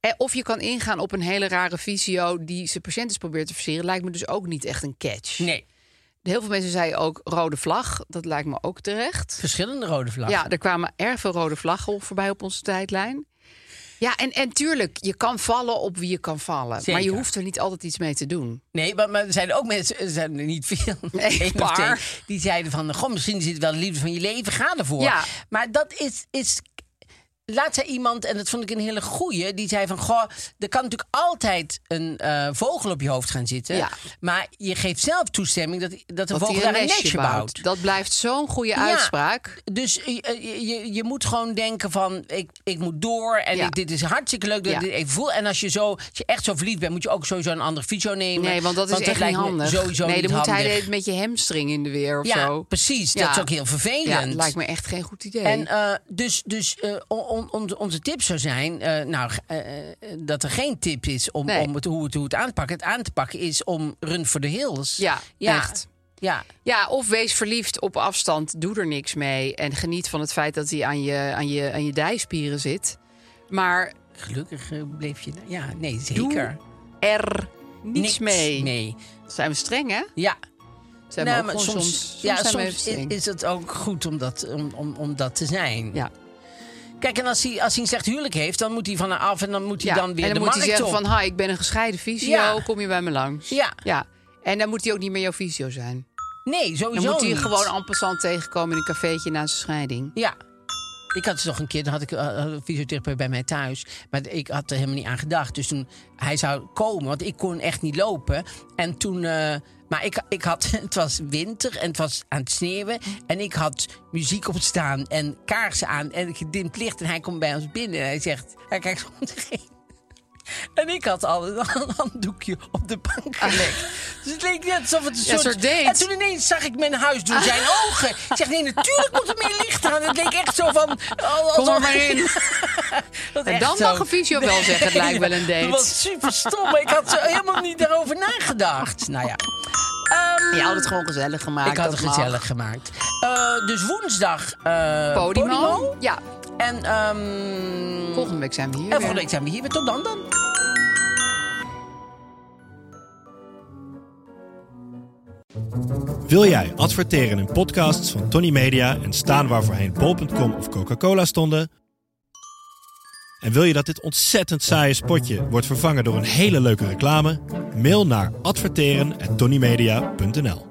Speaker 4: Eh, Of je kan ingaan op een hele rare visio die zijn patiënten probeert te versieren. Lijkt me dus ook niet echt een catch.
Speaker 1: Nee,
Speaker 4: Heel veel mensen zeiden ook rode vlag. Dat lijkt me ook terecht.
Speaker 1: verschillende rode vlaggen.
Speaker 4: Ja, er kwamen erg veel rode vlaggen op- voorbij op onze tijdlijn. Ja, en, en tuurlijk, je kan vallen op wie je kan vallen. Maar je
Speaker 1: Zeker.
Speaker 4: hoeft er niet altijd iets mee te doen.
Speaker 1: Nee, maar, maar er zijn ook mensen, er zijn er niet veel,
Speaker 4: *laughs* Nee,
Speaker 1: één of
Speaker 4: paar.
Speaker 1: twee, die zeiden van, goh, misschien zit wel de liefde van je leven, ga ervoor.
Speaker 4: Ja.
Speaker 1: Maar dat is, is laat zei iemand, en dat vond ik een hele goeie, die zei van, goh, er kan natuurlijk altijd een eh, vogel op je hoofd gaan zitten.
Speaker 4: Ja.
Speaker 1: Maar je geeft zelf toestemming dat, dat de
Speaker 4: Dat
Speaker 1: vogel
Speaker 4: hij
Speaker 1: daar
Speaker 4: een
Speaker 1: een
Speaker 4: nestje bouwt. Dat blijft zo'n goede uitspraak.
Speaker 1: Dus eh, je, je, je moet gewoon denken van, ik, ik moet door. En
Speaker 4: Ja.
Speaker 1: ik- dit is hartstikke leuk dat
Speaker 4: Ja.
Speaker 1: ik dit even voel. En als je, zo, als je echt zo verliefd bent, moet je ook sowieso een andere video nemen.
Speaker 4: Nee, want dat is echt niet
Speaker 1: lijkt me
Speaker 4: handig.
Speaker 1: Sowieso
Speaker 4: nee,
Speaker 1: niet
Speaker 4: dan moet
Speaker 1: handig.
Speaker 4: hij met je hamstring in de weer of
Speaker 1: ja,
Speaker 4: zo.
Speaker 1: precies.
Speaker 4: Ja.
Speaker 1: Dat is ook heel vervelend.
Speaker 4: Ja, dat lijkt me echt geen goed idee.
Speaker 1: En eh, dus, dus eh, on- on- on- onze tip zou zijn, eh, nou, eh, eh, dat er geen tip is om,
Speaker 4: Nee.
Speaker 1: om het, hoe, het, hoe het aanpakken. Het aan te pakken is om run for the hills.
Speaker 4: ja, echt.
Speaker 1: Ja,
Speaker 4: Ja, of wees verliefd op afstand, doe er niks mee. En geniet van het feit dat hij aan je, aan je, aan je dijspieren zit. Maar
Speaker 1: gelukkig eh, bleef je. Ja, nee, zeker.
Speaker 4: er niets
Speaker 1: Niks
Speaker 4: mee.
Speaker 1: Nee.
Speaker 4: Zijn we streng, hè?
Speaker 1: Ja,
Speaker 4: Zijn
Speaker 1: nou,
Speaker 4: we ook
Speaker 1: maar
Speaker 4: gewoon
Speaker 1: soms,
Speaker 4: soms, soms
Speaker 1: ja,
Speaker 4: zijn we
Speaker 1: soms
Speaker 4: even
Speaker 1: i-
Speaker 4: streng.
Speaker 1: is het ook goed om dat, om, om, om dat te zijn.
Speaker 4: ja.
Speaker 1: Kijk, en als hij, als hij een slecht huwelijk heeft, dan moet hij van haar af en dan moet hij
Speaker 4: Ja,
Speaker 1: dan weer
Speaker 4: en dan
Speaker 1: de
Speaker 4: moet
Speaker 1: markt
Speaker 4: hij zeggen
Speaker 1: op.
Speaker 4: van... hi, ik ben een gescheiden visio,
Speaker 1: Ja.
Speaker 4: kom je bij me langs?
Speaker 1: Ja.
Speaker 4: ja. En dan moet hij ook niet meer jouw visio zijn.
Speaker 1: Nee, sowieso
Speaker 4: Dan moet hij
Speaker 1: niet.
Speaker 4: gewoon en passant tegenkomen in een cafeetje na zijn scheiding.
Speaker 1: Ja. Ik had het nog een keer, dan had ik eh, een fysiotherapeut bij mij thuis. Maar ik had er helemaal niet aan gedacht. Dus toen hij zou komen, want ik kon echt niet lopen. En toen. eh, maar ik, ik had, *laughs* het was winter en het was aan het sneeuwen. En ik had muziek op staan en kaarsen aan en gedimd licht. En hij komt bij ons binnen en hij zegt: Hij kijkt om *laughs* zich heen. En ik had al een *laughs* handdoekje op de bank gelegd. Dus het leek net alsof het een
Speaker 4: Ja, een
Speaker 1: soort...
Speaker 4: soort date.
Speaker 1: En toen ineens zag ik mijn huis door
Speaker 4: *laughs*
Speaker 1: zijn ogen. Ik zeg, nee, natuurlijk moet er meer licht aan. Het leek echt zo van... oh,
Speaker 4: Kom er
Speaker 1: alsof-
Speaker 4: maar in.
Speaker 1: *laughs* Dat
Speaker 4: En
Speaker 1: echt
Speaker 4: dan
Speaker 1: zo.
Speaker 4: mag een visio wel zeggen, het lijkt wel een date.
Speaker 1: Dat was super stom. maar Ik had zo helemaal niet daarover nagedacht. Nou ja,
Speaker 4: Je had het gewoon gezellig gemaakt.
Speaker 1: ik had het
Speaker 4: dat mag.
Speaker 1: gezellig gemaakt. Eh, dus woensdag eh
Speaker 4: Podimo.
Speaker 1: Podimo.
Speaker 4: Ja,
Speaker 1: En, ehm
Speaker 4: volgende week zijn we hier
Speaker 1: en
Speaker 4: weer.
Speaker 1: volgende week zijn we hier weer. Tot dan dan.
Speaker 6: Wil jij adverteren in podcasts van Tony Media en staan waar voorheen bol.com of Coca-Cola stonden? En wil je dat dit ontzettend saaie spotje wordt vervangen door een hele leuke reclame? Mail naar adverteren@tonymedia.nl.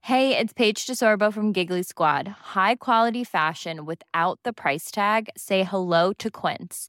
Speaker 7: Hey, it's Paige DeSorbo from Giggly Squad. High quality fashion without the price tag. Say hello to Quince.